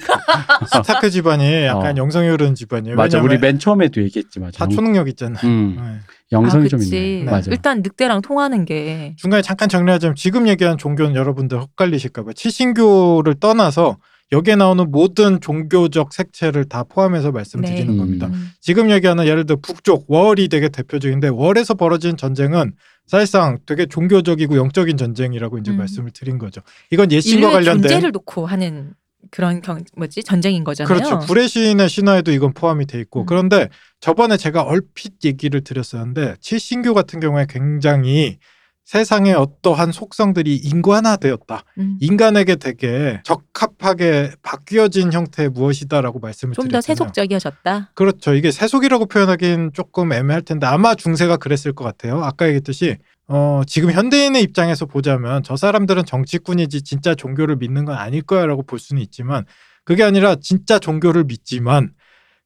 스타크 집안이 약간 어. 영성이 흐르는 집안이에요. 맞아. 우리 네, 왜냐면 맨 처음에도 얘기했지 맞아. 다 초능력 있잖아요. 음, 네. 영성이 아, 좀 그치. 있네. 맞아. 일단 늑대랑 통하는 게 중간에 잠깐 정리하자면 지금 얘기한 종교는 여러분들 헛갈리실까봐 치신교를 떠나서 여기에 나오는 모든 종교적 색채를 다 포함해서 말씀드리는 네. 겁니다. 음. 지금 얘기하는 예를 들어 북쪽 월이 되게 대표적인데 월에서 벌어진 전쟁은 사실상 되게 종교적이고 영적인 전쟁이라고 이제 음. 말씀을 드린 거죠. 이건 예신과 인류의 관련된 존재를 놓고 하는 그런 경, 뭐지 전쟁인 거잖아요. 그렇죠. 불의 신의 신화에도 이건 포함이 돼 있고 음. 그런데 저번에 제가 얼핏 얘기를 드렸었는데 칠신교 같은 경우에 굉장히 세상의 어떠한 속성들이 인간화되었다. 음. 인간에게 되게 적합하게 바뀌어진 형태의 무엇이다라고 말씀을 좀더 드렸잖아요. 세속적이어졌다. 그렇죠. 이게 세속이라고 표현하기는 조금 애매할 텐데 아마 중세가 그랬을 것 같아요. 아까 얘기했듯이 어, 지금 현대인의 입장에서 보자면 저 사람들은 정치꾼이지 진짜 종교를 믿는 건 아닐 거야라고 볼 수는 있지만 그게 아니라 진짜 종교를 믿지만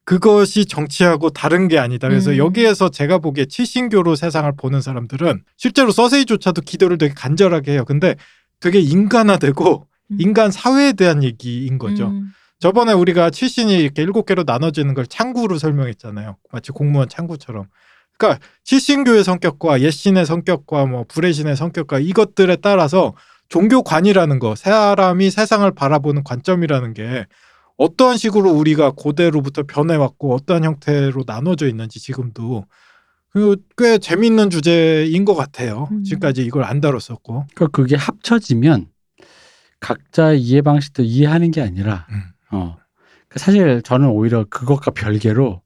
그것이 정치하고 다른 게 아니다. 그래서 음. 여기에서 제가 보기에 칠신교로 세상을 보는 사람들은 실제로 서세이조차도 기도를 되게 간절하게 해요. 근데 되게 인간화되고 음. 인간 사회에 대한 얘기인 거죠. 음. 저번에 우리가 칠신이 이렇게 일곱 개로 나눠지는 걸 창구로 설명했잖아요. 마치 공무원 창구처럼. 그러니까 칠신교의 성격과 옛신의 성격과 뭐 불의신의 성격과 이것들에 따라서 종교관이라는 거, 사람이 세상을 바라보는 관점이라는 게 어떠한 식으로 우리가 고대로부터 변해왔고 어떠한 형태로 나눠져 있는지 지금도 그리고 꽤 재미있는 주제인 것 같아요. 음. 지금까지 이걸 안 다뤘었고. 그러니까 그게 합쳐지면 각자의 이해 방식도 이해하는 게 아니라 음. 어 그러니까 사실 저는 오히려 그것과 별개로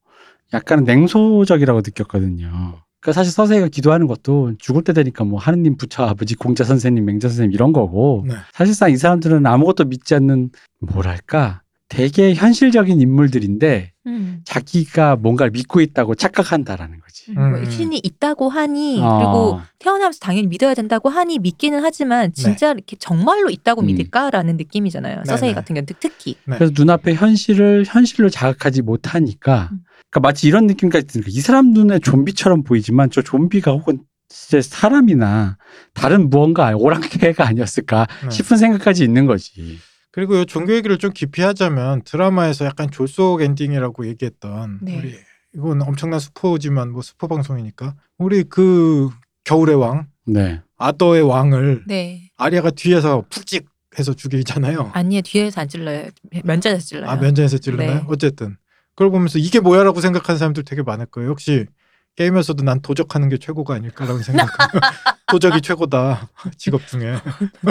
약간 냉소적이라고 느꼈거든요. 그러니까 사실 서세가 기도하는 것도 죽을 때 되니까 뭐 하느님 부처 아버지 공자 선생님 맹자 선생님 이런 거고 네. 사실상 이 사람들은 아무것도 믿지 않는 뭐랄까 되게 현실적인 인물들인데 음. 자기가 뭔가를 믿고 있다고 착각한다라는 거지. 뭐 음. 신이 있다고 하니 어. 그리고 태어나면서 당연히 믿어야 된다고 하니 믿기는 하지만 진짜 이렇게 정말로 있다고 음. 믿을까라는 느낌이잖아요. 서세이 네. 네네. 같은 경우 특히 그래서 눈앞의 현실을 현실로 자각하지 못하니까 음. 그러니까 마치 이런 느낌까지 드는 거이 사람 눈에 좀비처럼 보이지만 저 좀비가 혹은 진짜 사람이나 다른 무언가 오랑캐가 아니었을까 네. 싶은 생각까지 있는 거지. 그리고 요 종교 얘기를 좀 깊이 하자면 드라마에서 약간 졸속 엔딩이라고 얘기했던 네. 우리 이건 엄청난 스포지만 뭐 스포 방송이니까 우리 그 겨울의 왕 네. 아더의 왕을 네 아리아가 뒤에서 푹찍 해서 죽이잖아요. 아니에 뒤에서 안 찔러요 면전에서 찔러요. 아 면전에서 찔러나요? 네. 어쨌든 그걸 보면서 이게 뭐야라고 생각하는 사람들 되게 많을 거예요. 역시 게임에서도 난 도적하는 게 최고가 아닐까라고 생각. 도적이 최고다 직업 중에.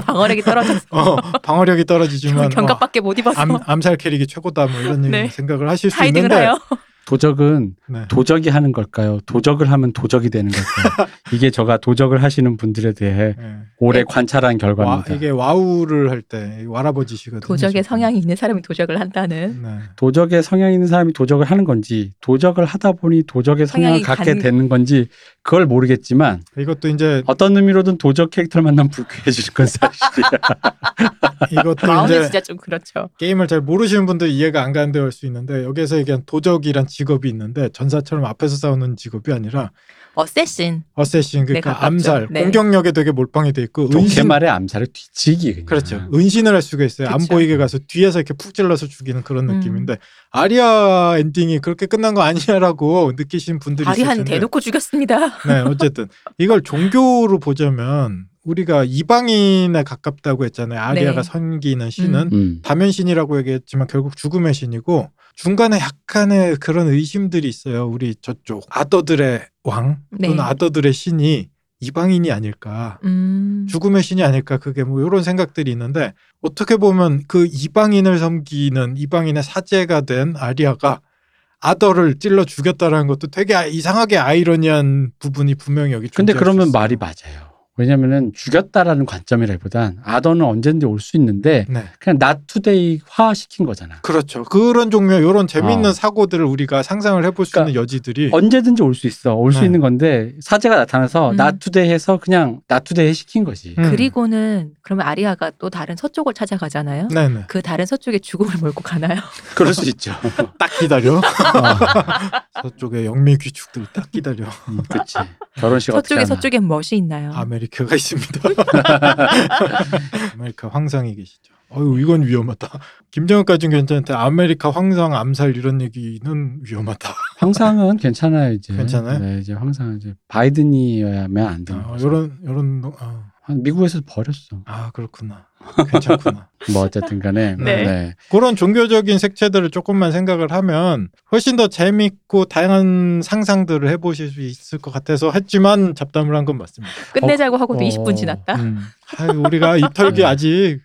방어력이 떨어져서 어, 방어력이 떨어지지만 어, 견갑밖에 못 입어서 암, 암살 캐릭이 최고다 뭐 이런 아, 네. 생각을 하실 수 하이딩을 있는데 해요. 도적은 네. 도적이 하는 걸까요? 도적을 하면 도적이 되는 걸까요? 이게 저가 도적을 하시는 분들에 대해 예. 오래 관찰한 와, 결과입니다. 이게 와우를 할 때 와라버지시거든요. 도적의 지금. 성향이 있는 사람이 도적을 한다는 네. 도적의 성향 있는 사람이 도적을 하는 건지 도적을 하다 보니 도적의 성향을 성향이 갖게 간- 되는 건지 그걸 모르겠지만 이것도 이제 어떤 의미로든 도적 캐릭터를 만나면 불쾌해지는 건 사실이야. 이것도 마음이 이제 진짜 좀 그렇죠. 게임을 잘 모르시는 분들 이해가 안 가는데 올 수 있는데 여기에서 얘기한 도적이란 직업이 있는데 전사처럼 앞에서 싸우는 직업이 아니라 어쌔신 어쌔신 그러니까 가깝죠. 암살 네. 공격력에 되게 몰빵이 돼 있고 좋게 은신 말해 네. 암살을 뒤치기. 그냥. 그렇죠 은신을 할 수가 있어요 안 그쵸. 보이게 가서 뒤에서 이렇게 푹 찔러서 죽이는 그런 음. 느낌인데 아리아 엔딩이 그렇게 끝난 거 아니야라고 느끼신 분들이 있을 아리한 텐데 대놓고 죽였습니다. 네, 어쨌든 이걸 종교로 보자면 우리가 이방인에 가깝다고 했잖아요. 네. 아리아가 섬기는 신은 음. 다면신이라고 얘기했지만 결국 죽음의 신이고 중간에 약간의 그런 의심들이 있어요. 우리 저쪽 아더들의 왕 네. 또는 아더들의 신이 이방인이 아닐까. 음. 죽음의 신이 아닐까 그게 뭐 이런 생각들이 있는데 어떻게 보면 그 이방인을 섬기는 이방인의 사제가 된 아리아가 아더를 찔러 죽였다라는 것도 되게 아- 이상하게 아이러니한 부분이 분명히 여기 근데 존재할 그러면 수 있어요. 말이 맞아요. 왜냐면은 죽였다라는 관점이라기보단 아더는 언젠지 올 수 있는데 네 그냥 나투데이 화시킨 거잖아. 그렇죠 그런 종류의 이런 재밌는 어. 사고들을 우리가 상상을 해볼 수 그러니까 있는 여지들이 언제든지 올 수 있어. 올 수 네. 있는 건데 사제가 나타나서 음. 나투데이 해서 그냥 나투데이 시킨 거지. 음. 그리고는 그러면 아리아가 또 다른 서쪽을 찾아가잖아요. 네네 그 다른 서쪽에 죽음을 몰고 가나요? 그럴 수 있죠. 딱 기다려 어, 저쪽에 영미 귀축들 딱 기다려 음, 그치. 결혼식 서쪽에 어떻게 하나. 서쪽에 멋이 있나요? 아메리카가 네. 있습니다 아메리카 황상이 계시죠 어유 이건 위험하다 김정은까지는 괜찮은데 아메리카 황상 암살 이런 얘기는 아, 위험하다 황상은 괜찮아요 이제. 괜찮아요? 네, 이제 황상 이제 바이든이어야면 안 되는 아, 거죠. 요런 요런 어, 아, 한 미국에서 버렸어. 그렇구나 괜찮구나 뭐 어쨌든 간에 네. 네. 그런 종교적인 색채들을 조금만 생각을 하면 훨씬 더 재밌고 다양한 상상들을 해보실 수 있을 것 같아서 했지만 잡담을 한 건 맞습니다. 끝내자고 하고도 어. 20분 지났다. 음. 아유, 우리가 이 털기 네. 아직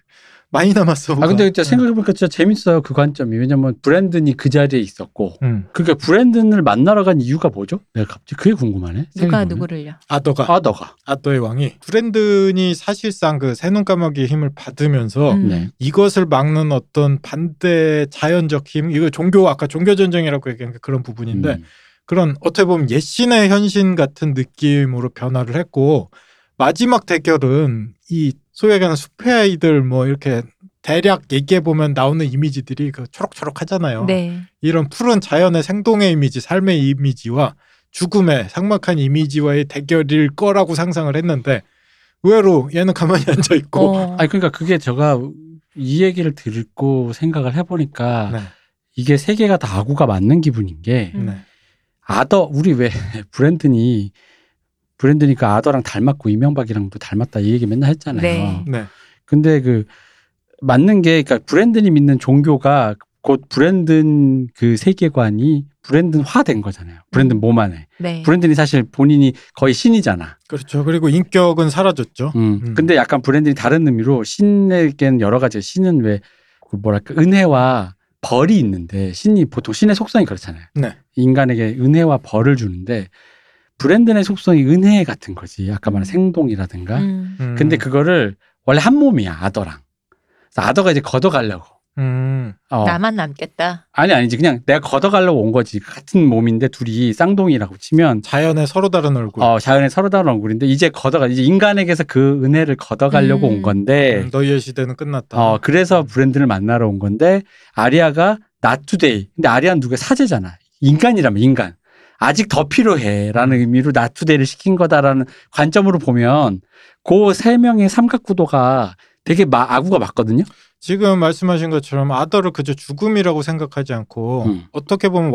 많이 남았어. 아 근데 진짜 우리가. 생각해보니까 진짜 재밌어요 그 관점이 왜냐면 브랜든이 그 자리에 있었고 음. 그게 브랜든을 만나러 간 이유가 뭐죠? 내가 갑자기 그게 궁금하네. 누가 생각해보면. 누구를요? 아더가 아 너가. 아더의 왕이 브랜든이 사실상 그 새눈 까마귀의 힘을 받으면서 음. 네. 이것을 막는 어떤 반대 자연적 힘 이거 종교 아까 종교 전쟁이라고 얘기한 게 그런 부분인데 음. 그런 어떻게 보면 옛신의 현신 같은 느낌으로 변화를 했고 마지막 대결은 이 소위 얘기하는 숲의 아이들 뭐 이렇게 대략 얘기해 보면 나오는 이미지들이 그 초록초록하잖아요. 네. 이런 푸른 자연의 생동의 이미지, 삶의 이미지와 죽음의 삭막한 이미지와의 대결일 거라고 상상을 했는데 의외로 얘는 가만히 앉아 있고 어. 아니 그러니까 그게 제가 이 얘기를 듣고 생각을 해보니까 네. 이게 세 개가 다 아구가 맞는 기분인 게 음. 네. 아더 우리 왜 브랜든이 브랜드니까 아더랑 닮았고 이명박이랑도 닮았다 이 얘기 맨날 했잖아요. 네. 네. 근데 그 맞는 게 그러니까 브랜든이 믿는 종교가 곧 브랜든 그 세계관이 브랜든화된 거잖아요. 브랜든 몸 안에. 네. 브랜든이 사실 본인이 거의 신이잖아. 그렇죠. 그리고 인격은 사라졌죠. 음. 음. 근데 약간 브랜든이 다른 의미로 신에게는 여러 가지 신은 왜그 뭐랄까 은혜와 벌이 있는데 신이 보통 신의 속성이 그렇잖아요. 네. 인간에게 은혜와 벌을 주는데 브랜든의 속성이 은혜 같은 거지. 아까 말한 생동이라든가. 음. 음. 그 근데 그거를 원래 한 몸이야 아더랑. 그래서 아더가 이제 걷어가려고 음. 어. 나만 남겠다. 아니 아니지 그냥 내가 걷어가려고 온 거지 같은 몸인데 둘이 쌍둥이라고 치면 자연의 서로 다른 얼굴. 어, 자연의 서로 다른 얼굴인데 이제 걷어가 이제 인간에게서 그 은혜를 걷어가려고 음. 온 건데 음, 너희의 시대는 끝났다. 어, 예. 그래서 브랜드를 만나러 온 건데 아리아가 not today. 근데 아리아는 누가 사제잖아. 인간이라면 인간. 아직 더 음. 필요해라는 의미로 not today를 시킨 거다라는 관점으로 보면 그 세 명의 삼각구도가 되게 마- 아구가 맞거든요. 지금 말씀하신 것처럼 아더를 그저 죽음이라고 생각하지 않고 음. 어떻게 보면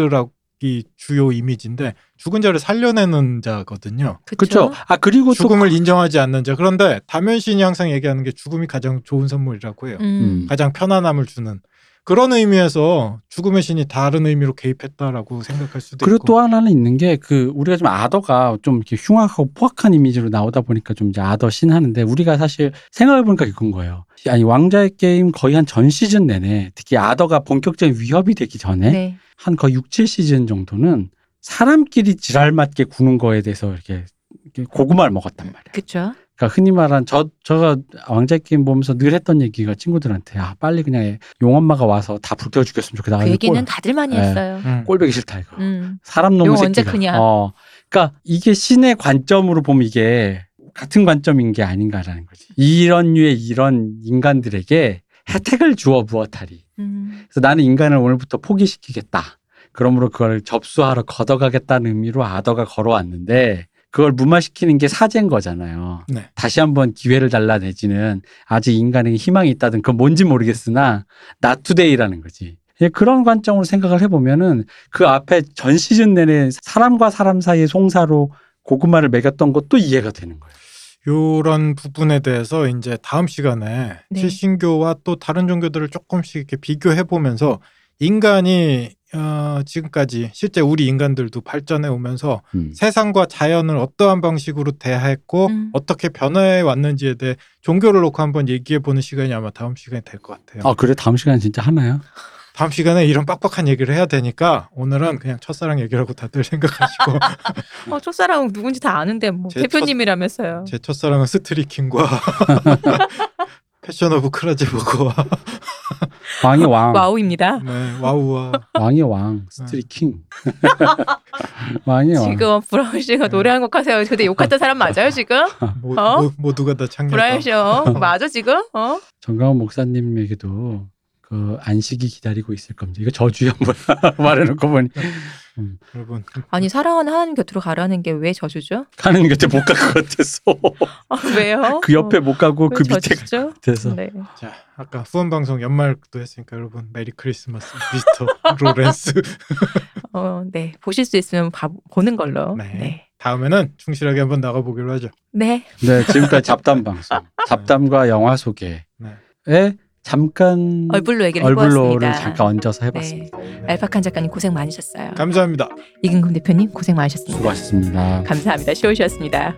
화이트드락이 주요 이미지인데 죽은 자를 살려내는 자거든요. 그렇죠. 그렇죠. 아 그리고 또 죽음을 인정하지 않는 자. 그런데 다면신이 항상 얘기하는 게 죽음이 가장 좋은 선물이라고 해요. 음. 가장 편안함을 주는 그런 의미에서 죽음의 신이 다른 의미로 개입했다라고 생각할 수도 그리고 있고. 또 하나는 있는 게 그 우리가 좀 아더가 좀 이렇게 흉악하고 포악한 이미지로 나오다 보니까 좀 이제 아더 신 하는데 우리가 사실 생각해보니까 그건 거예요. 아니 왕자의 게임 거의 한 전 시즌 내내 특히 아더가 본격적인 위협이 되기 전에 네. 한 거의 6, 7시즌 정도는 사람끼리 지랄 맞게 구는 거에 대해서 이렇게 이렇게 고구마를 먹었단 말이에요. 그렇죠. 그러니까 흔히 말한 저 저가 왕자 게임 보면서 늘 했던 얘기가 친구들한테 아 빨리 그냥 용 엄마가 와서 다 불태워 죽였으면 좋겠다. 아, 그 이거 얘기는 꼴- 다들 많이 네. 했어요. 음. 꼴배기 싫다 이거. 음. 사람 놈의 용 새끼가. 언제 크냐. 어. 그러니까 이게 신의 관점으로 보면 이게 같은 관점인 게 아닌가라는 거지. 이런 류의 이런 인간들에게 혜택을 주어 무엇하리. 음. 그래서 나는 인간을 오늘부터 포기시키겠다. 그러므로 그걸 접수하러 걷어가겠다는 의미로 아더가 걸어왔는데 그걸 무마시키는 게 사제인 거잖아요. 네. 다시 한번 기회를 달라 내지는 아직 인간에게 희망이 있다든 그건 뭔지 모르겠으나 나투데이라는 거지. 예, 그런 관점으로 생각을 해보면은 그 앞에 전 시즌 내내 사람과 사람 사이의 송사로 고구마를 먹였던 것도 이해가 되는 거예요. 요런 부분에 대해서 이제 다음 시간에 네. 칠신교와 또 다른 종교들을 조금씩 이렇게 비교해 보면서 인간이 어, 지금까지 실제 우리 인간들도 발전해 오면서 음. 세상과 자연을 어떠한 방식으로 대했고 음. 어떻게 변화해 왔는지에 대해 종교를 놓고 한번 얘기해 보는 시간이 아마 다음 시간이 될 것 같아요. 아 그래 다음 시간 진짜 하나요? 다음 시간에 이런 빡빡한 얘기를 해야 되니까 오늘은 음. 그냥 첫사랑 얘기라고 다들 생각하시고 어, 첫사랑 누군지 다 아는데 뭐 제 대표님이라면서요. 제 첫사랑은 스트리킹과 패션 오브 크라제버거와 왕이 왕. 와우입니다. 네, 와우와 왕의 왕 스트리 킹 왕의 왕 네. 지금 브라운 씨가 네. 노래한 곡 하세요. 근데 욕했던 사람 맞아요 지금? 모, 어? 두가다 창녀다. 브라운 씨요. 어? 맞아 지금? 어? 정강원 목사님에게도 그 안식이 기다리고 있을 겁니다 이거 저주야 뭐야 말해놓고 보니 여러분 아니 사랑하는 하나님 곁으로 가라는 게 왜 저주죠? 가는 곁에 못 갈 것 같아서 아, 왜요? 그 옆에 못 가고 어, 그 왜 밑에 저주죠? 갈것 같아서 네. 자 아까 후원 방송 연말도 했으니까 여러분 메리 크리스마스 미스터 로렌스. 어, 네. 보실 수 있으면 봐, 보는 걸로. 네. 네. 다음에는 충실하게 한번 나가 보기로 하죠. 네. 네 지금까지 잡담 방송 잡담과 영화 소개에 네. 잠깐 얼굴로 얘기를 얼굴로를 해보았습니다. 네. 잠깐 얹어서 해봤습니다 알파칸 작가님 고생 많으셨어요. 감사합니다. 이근금 대표님 고생 많으셨습니다. 수고하셨습니다 감사합니다. 쇼우셨습니다.